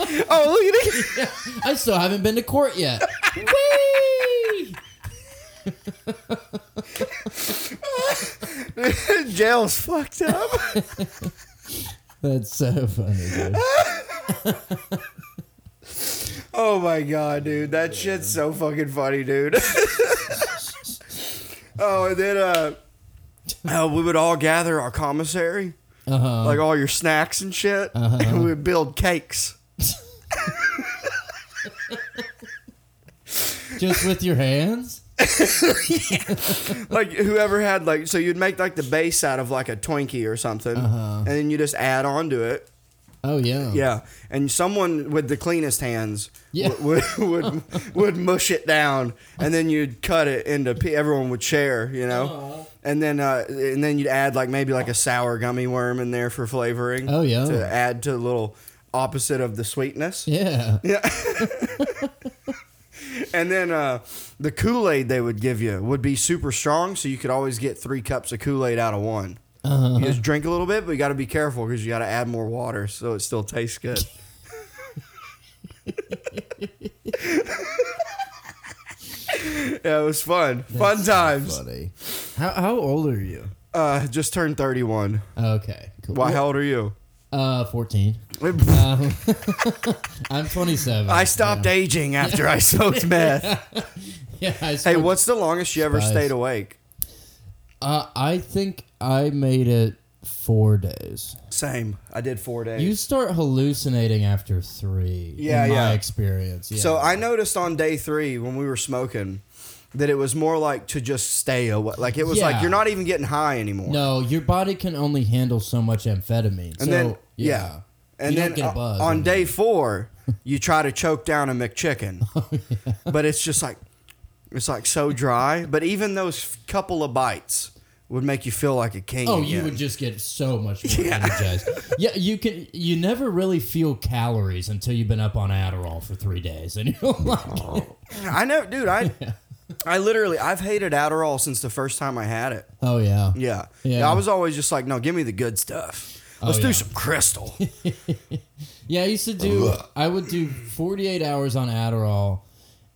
[SPEAKER 2] oh, look at it!
[SPEAKER 3] I still haven't been to court yet. Whee!
[SPEAKER 2] Jail's fucked up.
[SPEAKER 3] That's so funny, dude.
[SPEAKER 2] Oh my god, dude, that shit's so fucking funny, dude. oh, and then uh, uh, we would all gather our commissary,
[SPEAKER 3] Uh-huh.
[SPEAKER 2] like all your snacks and shit, and we would build cakes.
[SPEAKER 3] Just with your hands?
[SPEAKER 2] Like whoever had like, so you'd make like the base out of like a Twinkie or something, and then you just add on to it.
[SPEAKER 3] Oh yeah.
[SPEAKER 2] Yeah, and someone with the cleanest hands
[SPEAKER 3] Yeah.
[SPEAKER 2] would, would would would mush it down, and then you'd cut it into pe- everyone would share, you know,
[SPEAKER 3] Uh-huh.
[SPEAKER 2] and then uh, and then you'd add like maybe like a sour gummy worm in there for flavoring.
[SPEAKER 3] Oh, yeah.
[SPEAKER 2] to add to the little opposite of the sweetness.
[SPEAKER 3] Yeah.
[SPEAKER 2] Yeah. and then uh, the Kool Aid they would give you would be super strong, so you could always get three cups of Kool Aid out of one.
[SPEAKER 3] Uh-huh.
[SPEAKER 2] You just drink a little bit, but you got to be careful because you got to add more water so it still tastes good. yeah, it was fun. fun times.
[SPEAKER 3] Buddy. How how old are you?
[SPEAKER 2] Uh, just turned 31.
[SPEAKER 3] Okay. Cool.
[SPEAKER 2] Why, how old are you?
[SPEAKER 3] Uh, fourteen. Um, I'm 27.
[SPEAKER 2] I stopped
[SPEAKER 3] Yeah,
[SPEAKER 2] aging after I smoked meth.
[SPEAKER 3] yeah I
[SPEAKER 2] Hey,
[SPEAKER 3] smoked-
[SPEAKER 2] what's the longest you ever
[SPEAKER 3] Spice.
[SPEAKER 2] stayed awake?
[SPEAKER 3] Uh, I think I made it four days.
[SPEAKER 2] Same. I did four days.
[SPEAKER 3] You start hallucinating after three.
[SPEAKER 2] Yeah,
[SPEAKER 3] in
[SPEAKER 2] yeah.
[SPEAKER 3] My experience. Yeah.
[SPEAKER 2] so I noticed on day three when we were smoking that it was more like to just stay away. Like it was like
[SPEAKER 3] Yeah.
[SPEAKER 2] you're not even getting high anymore.
[SPEAKER 3] No, your body can only handle so much amphetamine.
[SPEAKER 2] And
[SPEAKER 3] so,
[SPEAKER 2] then yeah.
[SPEAKER 3] yeah.
[SPEAKER 2] And
[SPEAKER 3] You
[SPEAKER 2] then
[SPEAKER 3] don't get a
[SPEAKER 2] o-
[SPEAKER 3] buzz
[SPEAKER 2] on
[SPEAKER 3] anymore. Oh,
[SPEAKER 2] day four, you try to choke down a McChicken, but it's just like it's like so dry. But even those f- couple of bites would make you feel like a king.
[SPEAKER 3] Oh, you
[SPEAKER 2] again.
[SPEAKER 3] would just get so much more energized. Yeah, you can. You never really feel calories until you've been up on Adderall for three days, and you're like,
[SPEAKER 2] I know, dude. I I literally I've hated Adderall since the first time I had it.
[SPEAKER 3] "Oh yeah,
[SPEAKER 2] Yeah.
[SPEAKER 3] Yeah.
[SPEAKER 2] I was always just like, no, give me the good stuff. Let's
[SPEAKER 3] Oh,
[SPEAKER 2] do
[SPEAKER 3] yeah.
[SPEAKER 2] some crystal.
[SPEAKER 3] Yeah, I used to do. I would do 48 hours on Adderall,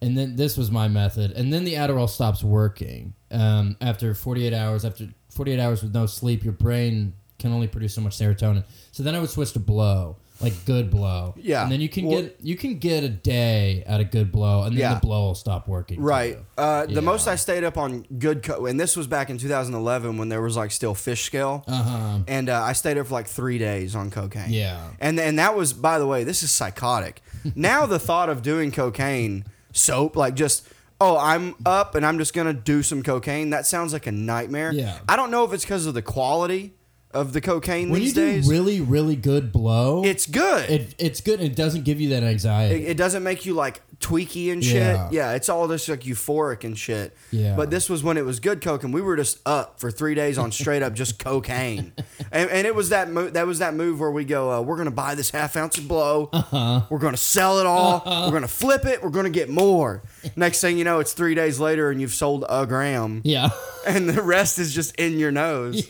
[SPEAKER 3] and then this was my method. And then the Adderall stops working um, after 48 hours. After 48 hours with no sleep, your brain can only produce so much serotonin. So then I would switch to blow, like good blow.
[SPEAKER 2] Yeah.
[SPEAKER 3] And then you can
[SPEAKER 2] Well-
[SPEAKER 3] get you can get a day out of good blow, and then
[SPEAKER 2] Yeah.
[SPEAKER 3] the blow will stop working.
[SPEAKER 2] right.
[SPEAKER 3] too.
[SPEAKER 2] Uh,
[SPEAKER 3] Yeah.
[SPEAKER 2] The most I stayed up on good, co- and this was back in 2011 when there was like still fish scale.
[SPEAKER 3] Uh-huh.
[SPEAKER 2] And uh, I stayed up for like three days on cocaine.
[SPEAKER 3] Yeah.
[SPEAKER 2] And, and that was, by the way, this is psychotic. now the thought of doing cocaine, soap, like just. Oh, I'm up and I'm just gonna do some cocaine. That sounds like a nightmare.
[SPEAKER 3] Yeah.
[SPEAKER 2] I don't know if it's because of the quality of the cocaine
[SPEAKER 3] When you
[SPEAKER 2] these
[SPEAKER 3] do
[SPEAKER 2] days.
[SPEAKER 3] really really good blow,
[SPEAKER 2] it's good.
[SPEAKER 3] it, it's good. and It doesn't give you that anxiety.
[SPEAKER 2] It, it doesn't make you like tweaky and shit. Yeah.
[SPEAKER 3] Yeah.
[SPEAKER 2] it's all just like euphoric and shit.
[SPEAKER 3] Yeah.
[SPEAKER 2] But this was when it was good coke, and we were just up for three days on straight up just cocaine, and, and it was that mo- that was that move where we go, uh, we're gonna buy this half ounce of blow,
[SPEAKER 3] Uh-huh.
[SPEAKER 2] we're gonna sell it all, we're gonna flip it, we're gonna get more. Next thing you know, it's three days later, and you've sold a gram
[SPEAKER 3] yeah.
[SPEAKER 2] and the rest is just in your nose.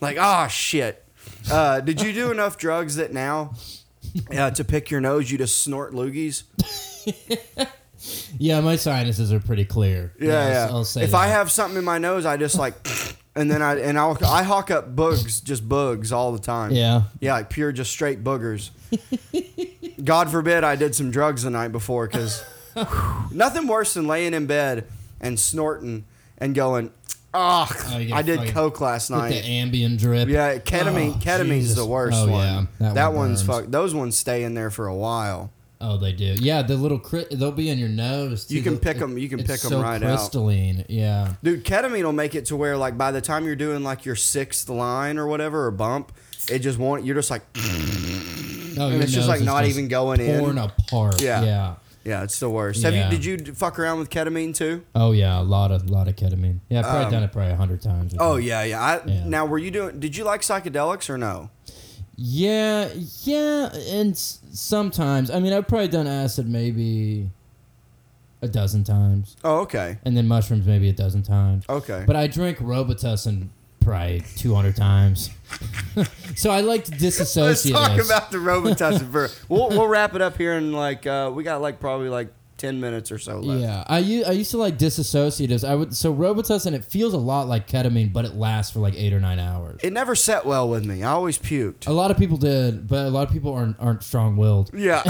[SPEAKER 2] like, oh shit. Uh, did you do enough drugs that now uh, to pick your nose, you just snort loogies?
[SPEAKER 3] Yeah, my sinuses are pretty clear.
[SPEAKER 2] Yeah, yeah.
[SPEAKER 3] I'll, I'll say
[SPEAKER 2] if
[SPEAKER 3] that.
[SPEAKER 2] I have something in my nose, I just like, and then I and I'll, I hawk up bugs, just bugs all the time.
[SPEAKER 3] Yeah.
[SPEAKER 2] yeah, like pure, just straight boogers. God forbid I did some drugs the night before, because nothing worse than laying in bed and snorting and going, oh,
[SPEAKER 3] Oh, you get
[SPEAKER 2] I did
[SPEAKER 3] fucking-
[SPEAKER 2] coke last
[SPEAKER 3] with
[SPEAKER 2] night.
[SPEAKER 3] the Ambien drip.
[SPEAKER 2] Yeah, ketamine.
[SPEAKER 3] Oh,
[SPEAKER 2] ketamine's
[SPEAKER 3] Jesus.
[SPEAKER 2] the worst
[SPEAKER 3] Oh,
[SPEAKER 2] one.
[SPEAKER 3] yeah.
[SPEAKER 2] that
[SPEAKER 3] That one
[SPEAKER 2] one's
[SPEAKER 3] burns.
[SPEAKER 2] fuck. Those ones stay in there for a while.
[SPEAKER 3] Oh, they do. Yeah, the little cri- they'll be in your nose.
[SPEAKER 2] You
[SPEAKER 3] too.
[SPEAKER 2] can
[SPEAKER 3] The-
[SPEAKER 2] pick
[SPEAKER 3] it-
[SPEAKER 2] 'em- you can
[SPEAKER 3] it's
[SPEAKER 2] pick 'em
[SPEAKER 3] so
[SPEAKER 2] right out.
[SPEAKER 3] crystalline. Yeah.
[SPEAKER 2] Dude, ketamine will make it to where like by the time you're doing like your sixth line or whatever or bump, it just won't. You're just like
[SPEAKER 3] No,
[SPEAKER 2] and
[SPEAKER 3] Oh, your
[SPEAKER 2] it's just
[SPEAKER 3] nose
[SPEAKER 2] like
[SPEAKER 3] is
[SPEAKER 2] not
[SPEAKER 3] just
[SPEAKER 2] even going
[SPEAKER 3] torn
[SPEAKER 2] in.
[SPEAKER 3] apart.
[SPEAKER 2] Yeah.
[SPEAKER 3] Yeah.
[SPEAKER 2] Yeah, it's the worst.
[SPEAKER 3] Yeah.
[SPEAKER 2] Have you? Did you fuck around with ketamine too?
[SPEAKER 3] Oh yeah, a lot of lot of ketamine. Yeah, I've probably done it probably a hundred times. or
[SPEAKER 2] Um, Oh
[SPEAKER 3] something.
[SPEAKER 2] yeah, yeah. I,
[SPEAKER 3] Yeah.
[SPEAKER 2] Now, were you doing? Did you like psychedelics or no?
[SPEAKER 3] Yeah, yeah, and s- sometimes I mean I've probably done acid maybe a dozen times,
[SPEAKER 2] Oh, okay,
[SPEAKER 3] and then mushrooms maybe a dozen times.
[SPEAKER 2] okay.
[SPEAKER 3] But I drank Robitussin probably 200 times. so I like to
[SPEAKER 2] Let's
[SPEAKER 3] disassociate.
[SPEAKER 2] talk
[SPEAKER 3] us.
[SPEAKER 2] about the Robitussin. for- we'll we'll wrap it up here in like uh, we got like probably like ten minutes or so left.
[SPEAKER 3] Yeah, I u- I used to like disassociatives. I would so Robitussin. It feels a lot like ketamine, but it lasts for like eight or nine hours.
[SPEAKER 2] It never set well with me. I always puked.
[SPEAKER 3] a lot of people did, but a lot of people aren't aren't strong willed.
[SPEAKER 2] Yeah.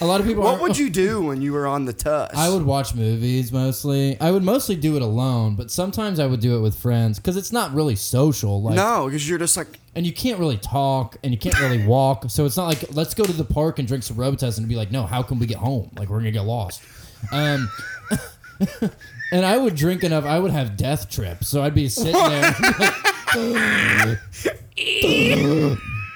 [SPEAKER 3] A lot of people.
[SPEAKER 2] what
[SPEAKER 3] aren't-
[SPEAKER 2] would you do when you were on the tuss?
[SPEAKER 3] I would watch movies mostly. I would mostly do it alone, but sometimes I would do it with friends because it's not really social. Like,
[SPEAKER 2] No, because you're just like
[SPEAKER 3] and you can't really talk and you can't really walk. So it's not like let's go to the park and drink some Robitussin and be like, no, how can we get home? Like we're gonna get lost. Um, and I would drink enough. I would have death trips. So I'd be sitting there.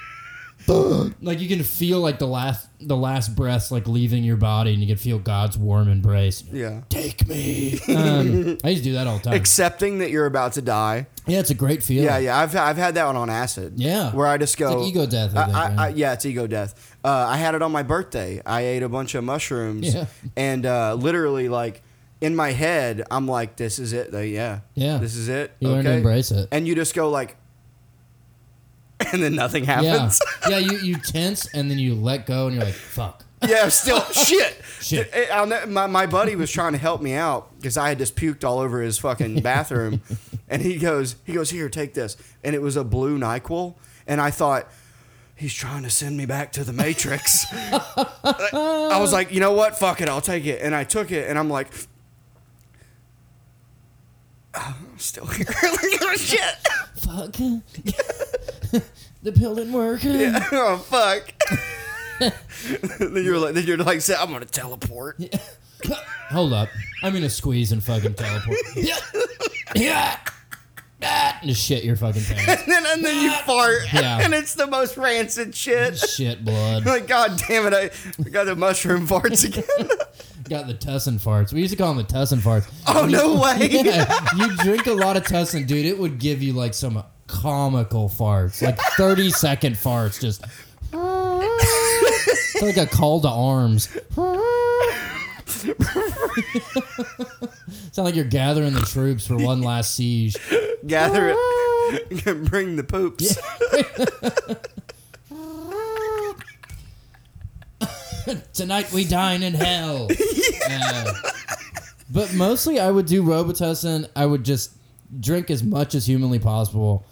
[SPEAKER 3] like you can feel like the last the last breaths like leaving your body and you can feel God's warm embrace.
[SPEAKER 2] yeah,
[SPEAKER 3] Take me. Um, I used to do that all the time.
[SPEAKER 2] accepting that you're about to die.
[SPEAKER 3] yeah, it's a great feeling.
[SPEAKER 2] Yeah, yeah. I've I've had that one on acid.
[SPEAKER 3] Yeah.
[SPEAKER 2] where I just go
[SPEAKER 3] like ego death, I
[SPEAKER 2] I,
[SPEAKER 3] think,
[SPEAKER 2] I,
[SPEAKER 3] right?
[SPEAKER 2] I- yeah, it's ego death. Uh, I had it on my birthday. I ate a bunch of mushrooms,
[SPEAKER 3] Yeah.
[SPEAKER 2] and uh, literally like in my head, I'm like, "This is it." Like, yeah,
[SPEAKER 3] Yeah.
[SPEAKER 2] this is it.
[SPEAKER 3] You learn to embrace it.
[SPEAKER 2] and you just go like, and then nothing
[SPEAKER 3] Yeah,
[SPEAKER 2] happens.
[SPEAKER 3] yeah. You, you tense and then you let go and you're like, fuck.
[SPEAKER 2] Yeah, still shit.
[SPEAKER 3] Shit.
[SPEAKER 2] Dude, I'll ne- my, my buddy was trying to help me out because I had just puked all over his fucking bathroom, and he goes, he goes, here, take this, and it was a blue Nyquil, and I thought. He's trying to send me back to the Matrix. I was like, you know what? Fuck it. I'll take it. And I took it, and I'm like, I'm still here. Like, oh, shit.
[SPEAKER 3] Fuck. the pill didn't work.
[SPEAKER 2] oh, fuck. then you're like, then you're like, "So I'm going to teleport.
[SPEAKER 3] Hold up. I'm gonna squeeze and fucking teleport. yeah. Yeah. Ah, and just shit your fucking pants.
[SPEAKER 2] and then, and then you fart,
[SPEAKER 3] Yeah.
[SPEAKER 2] and it's the most rancid shit.
[SPEAKER 3] shit blood.
[SPEAKER 2] Like, god damn it, I got the mushroom farts again.
[SPEAKER 3] Got the tussin farts. We used to call them the tussin farts.
[SPEAKER 2] oh no way!
[SPEAKER 3] Yeah, you drink a lot of tussin, dude. It would give you like some comical farts, like thirty second farts, just. It's like a call to arms. Sound like you're gathering the troops for one last siege.
[SPEAKER 2] Gather it, bring the poops.
[SPEAKER 3] Tonight we dine in hell. Uh, but mostly, I would do Robitussin. I would just drink as much as humanly possible,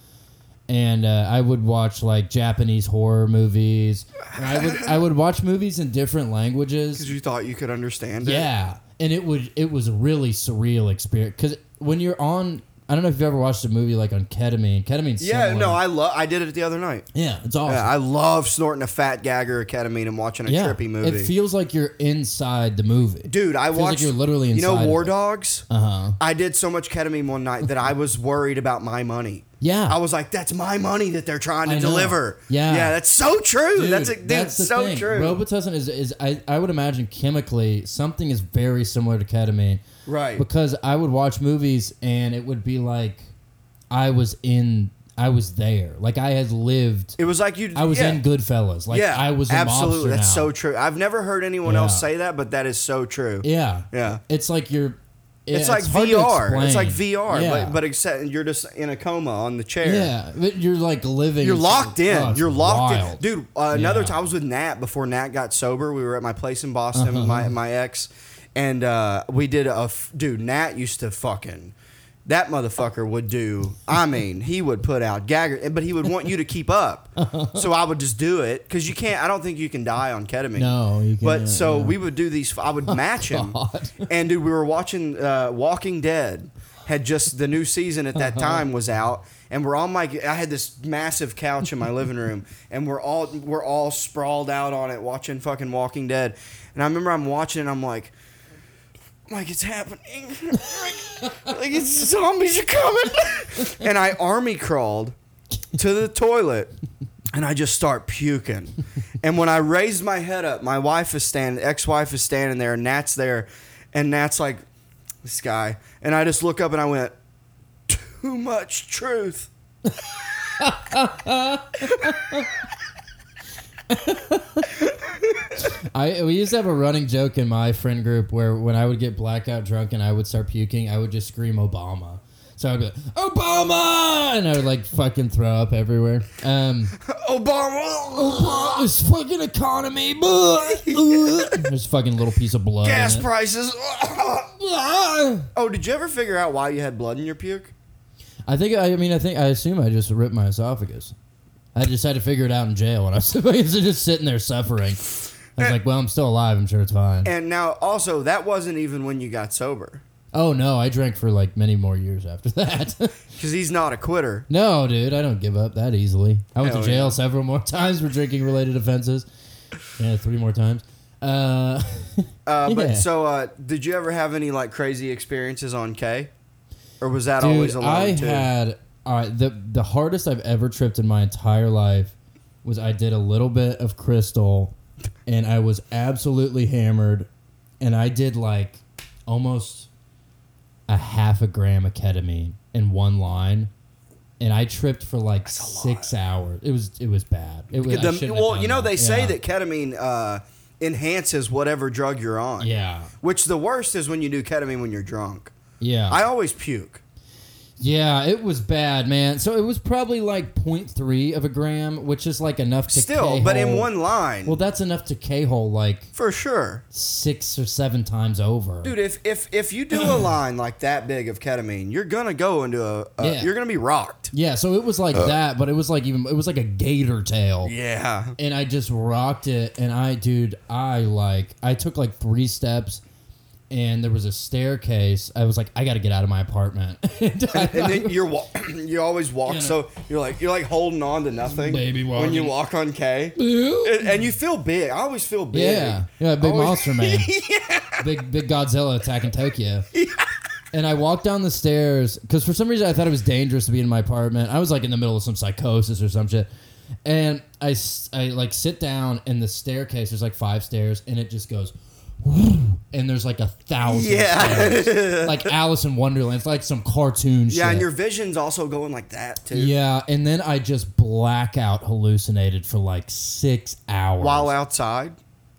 [SPEAKER 3] and uh, I would watch like Japanese horror movies. And I would I would watch movies in different languages.
[SPEAKER 2] 'Cause You thought you could understand it?
[SPEAKER 3] Yeah, and it would it was a really surreal experience because when you're on, I don't know if you've ever watched a movie like on ketamine. Ketamine.
[SPEAKER 2] Yeah, no, I love. I did it the other night.
[SPEAKER 3] yeah, it's awesome.
[SPEAKER 2] Yeah, I love snorting a fat gagger of ketamine and watching a
[SPEAKER 3] Yeah,
[SPEAKER 2] trippy movie.
[SPEAKER 3] It feels like you're inside the movie,
[SPEAKER 2] Dude, I
[SPEAKER 3] Feels
[SPEAKER 2] watched.
[SPEAKER 3] like you're literally
[SPEAKER 2] You know,
[SPEAKER 3] inside
[SPEAKER 2] War
[SPEAKER 3] of it.
[SPEAKER 2] Dogs.
[SPEAKER 3] Uh huh.
[SPEAKER 2] I did so much ketamine one night that I was worried about my money.
[SPEAKER 3] Yeah.
[SPEAKER 2] I was like, that's my money that they're trying to
[SPEAKER 3] I know.
[SPEAKER 2] deliver.
[SPEAKER 3] Yeah.
[SPEAKER 2] Yeah, that's so true.
[SPEAKER 3] Dude,
[SPEAKER 2] that's a, dude,
[SPEAKER 3] the
[SPEAKER 2] so
[SPEAKER 3] thing.
[SPEAKER 2] true.
[SPEAKER 3] Robitussin is is I, I would imagine chemically something is very similar to ketamine.
[SPEAKER 2] Right.
[SPEAKER 3] Because I would watch movies and it would be like I was in I was there. Like I had lived
[SPEAKER 2] it was like you.
[SPEAKER 3] I was
[SPEAKER 2] yeah.
[SPEAKER 3] in Goodfellas. Like
[SPEAKER 2] yeah,
[SPEAKER 3] I was a
[SPEAKER 2] absolutely.
[SPEAKER 3] mobster
[SPEAKER 2] That's
[SPEAKER 3] now.
[SPEAKER 2] so true. I've never heard anyone
[SPEAKER 3] Yeah.
[SPEAKER 2] else say that, but that is so true.
[SPEAKER 3] Yeah.
[SPEAKER 2] Yeah.
[SPEAKER 3] It's like you're yeah,
[SPEAKER 2] It's like
[SPEAKER 3] hard to
[SPEAKER 2] VR. It's like
[SPEAKER 3] explain.
[SPEAKER 2] VR,
[SPEAKER 3] Yeah.
[SPEAKER 2] but but except you're just in a coma on the chair.
[SPEAKER 3] yeah, but you're like living.
[SPEAKER 2] You're
[SPEAKER 3] in
[SPEAKER 2] locked
[SPEAKER 3] some-
[SPEAKER 2] in.
[SPEAKER 3] Oh, it's
[SPEAKER 2] You're locked
[SPEAKER 3] wild.
[SPEAKER 2] in, dude. Uh, another
[SPEAKER 3] Yeah.
[SPEAKER 2] time I was with Nat before Nat got sober. We were at my place in Boston
[SPEAKER 3] Uh-huh.
[SPEAKER 2] with my my ex, and uh, we did a f- dude. Nat used to fucking that motherfucker would do. I mean, he would put out gagger, but he would want you to keep up. so I would just do it because you can't. I don't think you can die on ketamine.
[SPEAKER 3] No, you
[SPEAKER 2] But
[SPEAKER 3] can't,
[SPEAKER 2] so
[SPEAKER 3] yeah.
[SPEAKER 2] we would do these. I would match him,
[SPEAKER 3] God.
[SPEAKER 2] and dude, we were watching uh, Walking Dead. Had just the new season at that
[SPEAKER 3] Uh-huh.
[SPEAKER 2] time was out, and we're on my. I had this massive couch in my living room, and we're all we're all sprawled out on it watching fucking Walking Dead. And I remember I'm watching, and I'm like, I'm like it's happening, like, like it's zombies are coming, and I army crawled to the toilet and I just start puking. And when I raise my head up, my wife is standing, ex wife is standing there, and Nat's there, and Nat's like, this guy. And I just look up and I went, too much truth.
[SPEAKER 3] I we used to have a running joke in my friend group where when I would get blackout drunk and I would start puking, I would just scream Obama. So I'd be like, Obama, and I would like fucking throw up everywhere. Um,
[SPEAKER 2] Obama,
[SPEAKER 3] Obama, this fucking economy, there's a fucking little piece of blood. in
[SPEAKER 2] gas
[SPEAKER 3] it.
[SPEAKER 2] prices. Oh, did you ever figure out why you had blood in your puke?
[SPEAKER 3] I think. I mean, I think. I assume I just ripped my esophagus. I just had to figure it out in jail when I was just sitting there suffering. I was like, well, I'm still alive. I'm sure it's fine.
[SPEAKER 2] And now, also, that wasn't even when you got sober,
[SPEAKER 3] Oh no, I drank for like many more years after that.
[SPEAKER 2] because he's not a quitter.
[SPEAKER 3] no, dude, I don't give up that easily. I went
[SPEAKER 2] Hell
[SPEAKER 3] to jail
[SPEAKER 2] yeah.
[SPEAKER 3] several more times for drinking related offenses. Yeah, three more times. Uh,
[SPEAKER 2] Uh,
[SPEAKER 3] Yeah.
[SPEAKER 2] But so, uh, did you ever have any like crazy experiences on K, or was that always
[SPEAKER 3] dude,
[SPEAKER 2] alone
[SPEAKER 3] I
[SPEAKER 2] too?
[SPEAKER 3] had all right. The the hardest I've ever tripped in my entire life was I did a little bit of crystal, and I was absolutely hammered, and I did like almost a half a gram of ketamine in one line. And I tripped for like six hours. It was it was bad. It was I
[SPEAKER 2] The-
[SPEAKER 3] shouldn't have
[SPEAKER 2] well,
[SPEAKER 3] done
[SPEAKER 2] you know, they say
[SPEAKER 3] Yeah.
[SPEAKER 2] that ketamine uh, enhances whatever drug you're on.
[SPEAKER 3] Yeah,
[SPEAKER 2] Which the worst is when you do ketamine when you're drunk.
[SPEAKER 3] yeah.
[SPEAKER 2] I always puke.
[SPEAKER 3] Yeah, it was bad, man. So it was probably like 0.3 of a gram, which is like enough to
[SPEAKER 2] Still, but in
[SPEAKER 3] K-hole-
[SPEAKER 2] one line.
[SPEAKER 3] Well, that's enough to K hole like
[SPEAKER 2] for sure.
[SPEAKER 3] six or seven times over.
[SPEAKER 2] Dude, if, if if you do a line like that big of ketamine, you're gonna go into a, a
[SPEAKER 3] Yeah.
[SPEAKER 2] you're gonna be rocked.
[SPEAKER 3] Yeah, so it was like that, but it was like even it was like a gator tail.
[SPEAKER 2] Yeah.
[SPEAKER 3] And I just rocked it and I dude, I like I took like three steps and there was a staircase. I was like, I gotta get out of my apartment. and I,
[SPEAKER 2] And then you're wa- you always walk,
[SPEAKER 3] Yeah.
[SPEAKER 2] so you're like you're like holding on to nothing.
[SPEAKER 3] Baby
[SPEAKER 2] when you walk
[SPEAKER 3] walking.
[SPEAKER 2] on K,
[SPEAKER 3] yeah.
[SPEAKER 2] and, and you feel big. I always feel big.
[SPEAKER 3] Yeah, yeah, big
[SPEAKER 2] Always-
[SPEAKER 3] monster man, big big Godzilla attacking Tokyo. And I walked down the stairs because for some reason I thought it was dangerous to be in my apartment. I was like in the middle of some psychosis or some shit, and I s- I, like sit down and the staircase. There's like five stairs, and it just goes, and there's like a thousand
[SPEAKER 2] Yeah.
[SPEAKER 3] stairs, like Alice in Wonderland. It's like some cartoon. shit.
[SPEAKER 2] Yeah, and your vision's also going like that too.
[SPEAKER 3] yeah, and then I just blackout hallucinated for like six hours
[SPEAKER 2] While outside.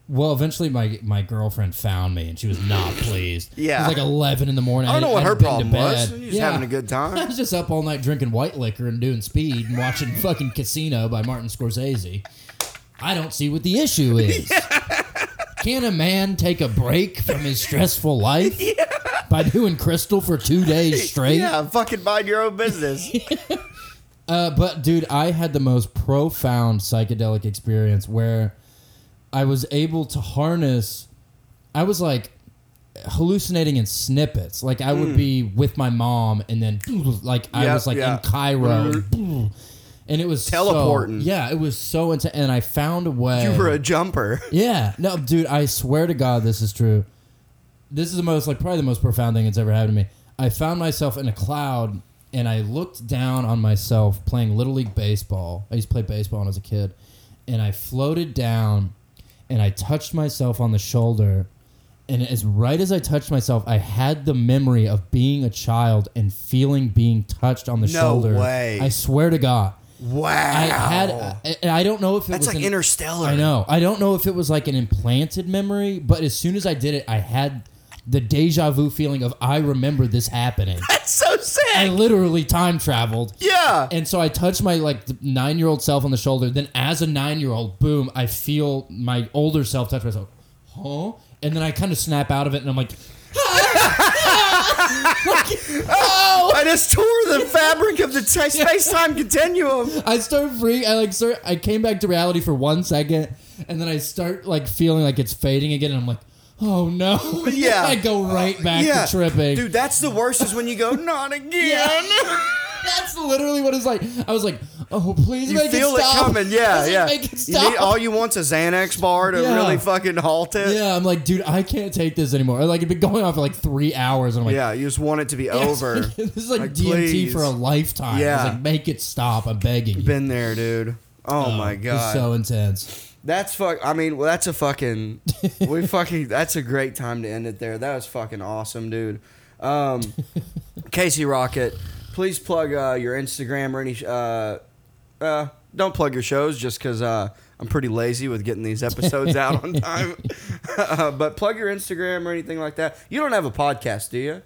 [SPEAKER 3] Well, eventually my my girlfriend found me and she was not pleased.
[SPEAKER 2] Yeah.
[SPEAKER 3] It was like 11 in the morning.
[SPEAKER 2] I don't know what her
[SPEAKER 3] hadn't been to
[SPEAKER 2] problem was.
[SPEAKER 3] bed.
[SPEAKER 2] She's having a good
[SPEAKER 3] I
[SPEAKER 2] time.
[SPEAKER 3] was just up all night drinking white liquor and doing speed and watching fucking Casino by Martin Scorsese. I don't see what the issue is. Can a man take a break from his stressful life by doing crystal for two days straight?
[SPEAKER 2] Yeah, fucking mind your own business.
[SPEAKER 3] Uh, but dude, I had the most profound psychedelic experience where I was able to harness. I was like hallucinating in snippets. Like I would be with my mom, and then like I
[SPEAKER 2] Hmm. Yeah,
[SPEAKER 3] was like
[SPEAKER 2] yeah. Mm-hmm.
[SPEAKER 3] in Cairo, and it was so-
[SPEAKER 2] Teleporting.
[SPEAKER 3] yeah, it was so intense, and I found a way.
[SPEAKER 2] you were a jumper.
[SPEAKER 3] Yeah. No, dude, I swear to God, this is true. This is the most, like, probably the most profound thing that's ever happened to me. I found myself in a cloud and I looked down on myself playing Little League Baseball. I used to play baseball when I was a kid. And I floated down and I touched myself on the shoulder. And as right as I touched myself, I had the memory of being a child and feeling being touched on the
[SPEAKER 2] No
[SPEAKER 3] shoulder.
[SPEAKER 2] way.
[SPEAKER 3] I swear to God.
[SPEAKER 2] Wow.
[SPEAKER 3] I had, I- and I don't know if it
[SPEAKER 2] That's
[SPEAKER 3] was
[SPEAKER 2] like
[SPEAKER 3] an-
[SPEAKER 2] interstellar.
[SPEAKER 3] I know. I don't know if it was like an implanted memory, but as soon as I did it, I had the deja vu feeling of I remember this happening.
[SPEAKER 2] That's so
[SPEAKER 3] I
[SPEAKER 2] sick.
[SPEAKER 3] literally time traveled.
[SPEAKER 2] Yeah.
[SPEAKER 3] And so I touch my like nine year old self on the shoulder. Then, as a nine year old, boom, I feel my older self touch myself. Huh? And then I kind of snap out of it, and I'm like,
[SPEAKER 2] I just tore the fabric of the t- space time continuum.
[SPEAKER 3] I start free. I like start. I came back to reality for one second, and then I start like feeling like it's fading again, and I'm like, oh no!
[SPEAKER 2] Yeah. Uh,
[SPEAKER 3] I go right back
[SPEAKER 2] yeah.
[SPEAKER 3] to tripping.
[SPEAKER 2] Dude, that's the worst is when you go, not again.
[SPEAKER 3] That's literally what it's like. I was like, oh, please
[SPEAKER 2] You
[SPEAKER 3] make
[SPEAKER 2] feel
[SPEAKER 3] it
[SPEAKER 2] it,
[SPEAKER 3] stop.
[SPEAKER 2] coming. Yeah,
[SPEAKER 3] Please
[SPEAKER 2] yeah.
[SPEAKER 3] Make it
[SPEAKER 2] You need,
[SPEAKER 3] stop.
[SPEAKER 2] all you want's a Xanax bar to
[SPEAKER 3] Yeah.
[SPEAKER 2] really fucking halt it.
[SPEAKER 3] yeah, I'm like, dude, I can't take this anymore. Like, it'd been going on for like three hours, and I'm like,
[SPEAKER 2] Yeah, you just want it to be over.
[SPEAKER 3] this is like,
[SPEAKER 2] Like,
[SPEAKER 3] DMT
[SPEAKER 2] please.
[SPEAKER 3] for a lifetime. Yeah.
[SPEAKER 2] Yeah.
[SPEAKER 3] like, make it stop. I'm begging you.
[SPEAKER 2] Been there, dude. Oh my
[SPEAKER 3] It's
[SPEAKER 2] god.
[SPEAKER 3] so intense.
[SPEAKER 2] That's fuck. I mean, well, that's a fucking. We fucking. That's a great time to end it there. That was fucking awesome, dude. Um, Casey Rocket, please plug uh, your Instagram or any. sh- Uh, uh, don't plug your shows just because uh, I'm pretty lazy with getting these episodes out on time. uh, but plug your Instagram or anything like that. You don't have a podcast, do you?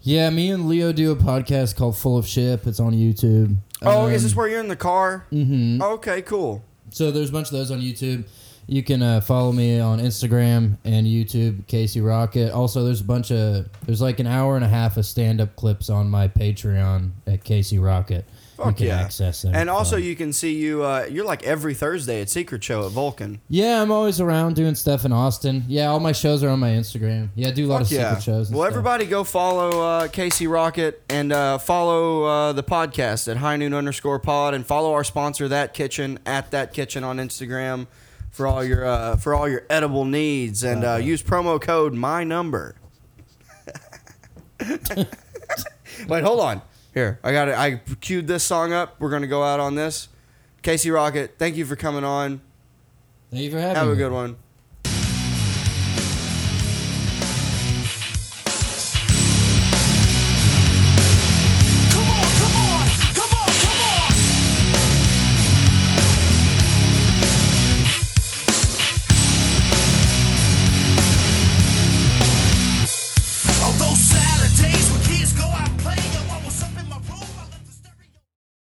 [SPEAKER 3] Yeah, me and Leo do a podcast called Full of Ship. It's on YouTube.
[SPEAKER 2] Oh,
[SPEAKER 3] Um,
[SPEAKER 2] is this where you're in the car? Mm-hmm. Okay, cool.
[SPEAKER 3] So there's a bunch of those on YouTube. You can uh, follow me on Instagram and YouTube, Casey Rocket. Also, there's a bunch of there's like an hour and a half of stand up clips on my Patreon at Casey Rocket. you
[SPEAKER 2] Fuck
[SPEAKER 3] can
[SPEAKER 2] yeah.
[SPEAKER 3] access them.
[SPEAKER 2] And also,
[SPEAKER 3] Um,
[SPEAKER 2] you can see you. Uh, you're like every Thursday at Secret Show at Vulcan.
[SPEAKER 3] yeah, I'm always around doing stuff in Austin. Yeah, all my shows are on my Instagram. Yeah, I do a lot
[SPEAKER 2] Fuck
[SPEAKER 3] of secret
[SPEAKER 2] yeah.
[SPEAKER 3] shows. And
[SPEAKER 2] well,
[SPEAKER 3] stuff.
[SPEAKER 2] everybody go follow uh, Casey Rocket and uh, follow uh, the podcast at High Noon underscore Pod and follow our sponsor That Kitchen at That Kitchen on Instagram for all your uh, for all your edible needs and
[SPEAKER 3] Uh-huh.
[SPEAKER 2] uh, use promo code My Number. Wait, hold on. Here, I got it. I queued this song up. We're gonna go out on this. Casey Rocket, thank you for coming on.
[SPEAKER 3] Thank you for having
[SPEAKER 2] Have a
[SPEAKER 3] me.
[SPEAKER 2] good one.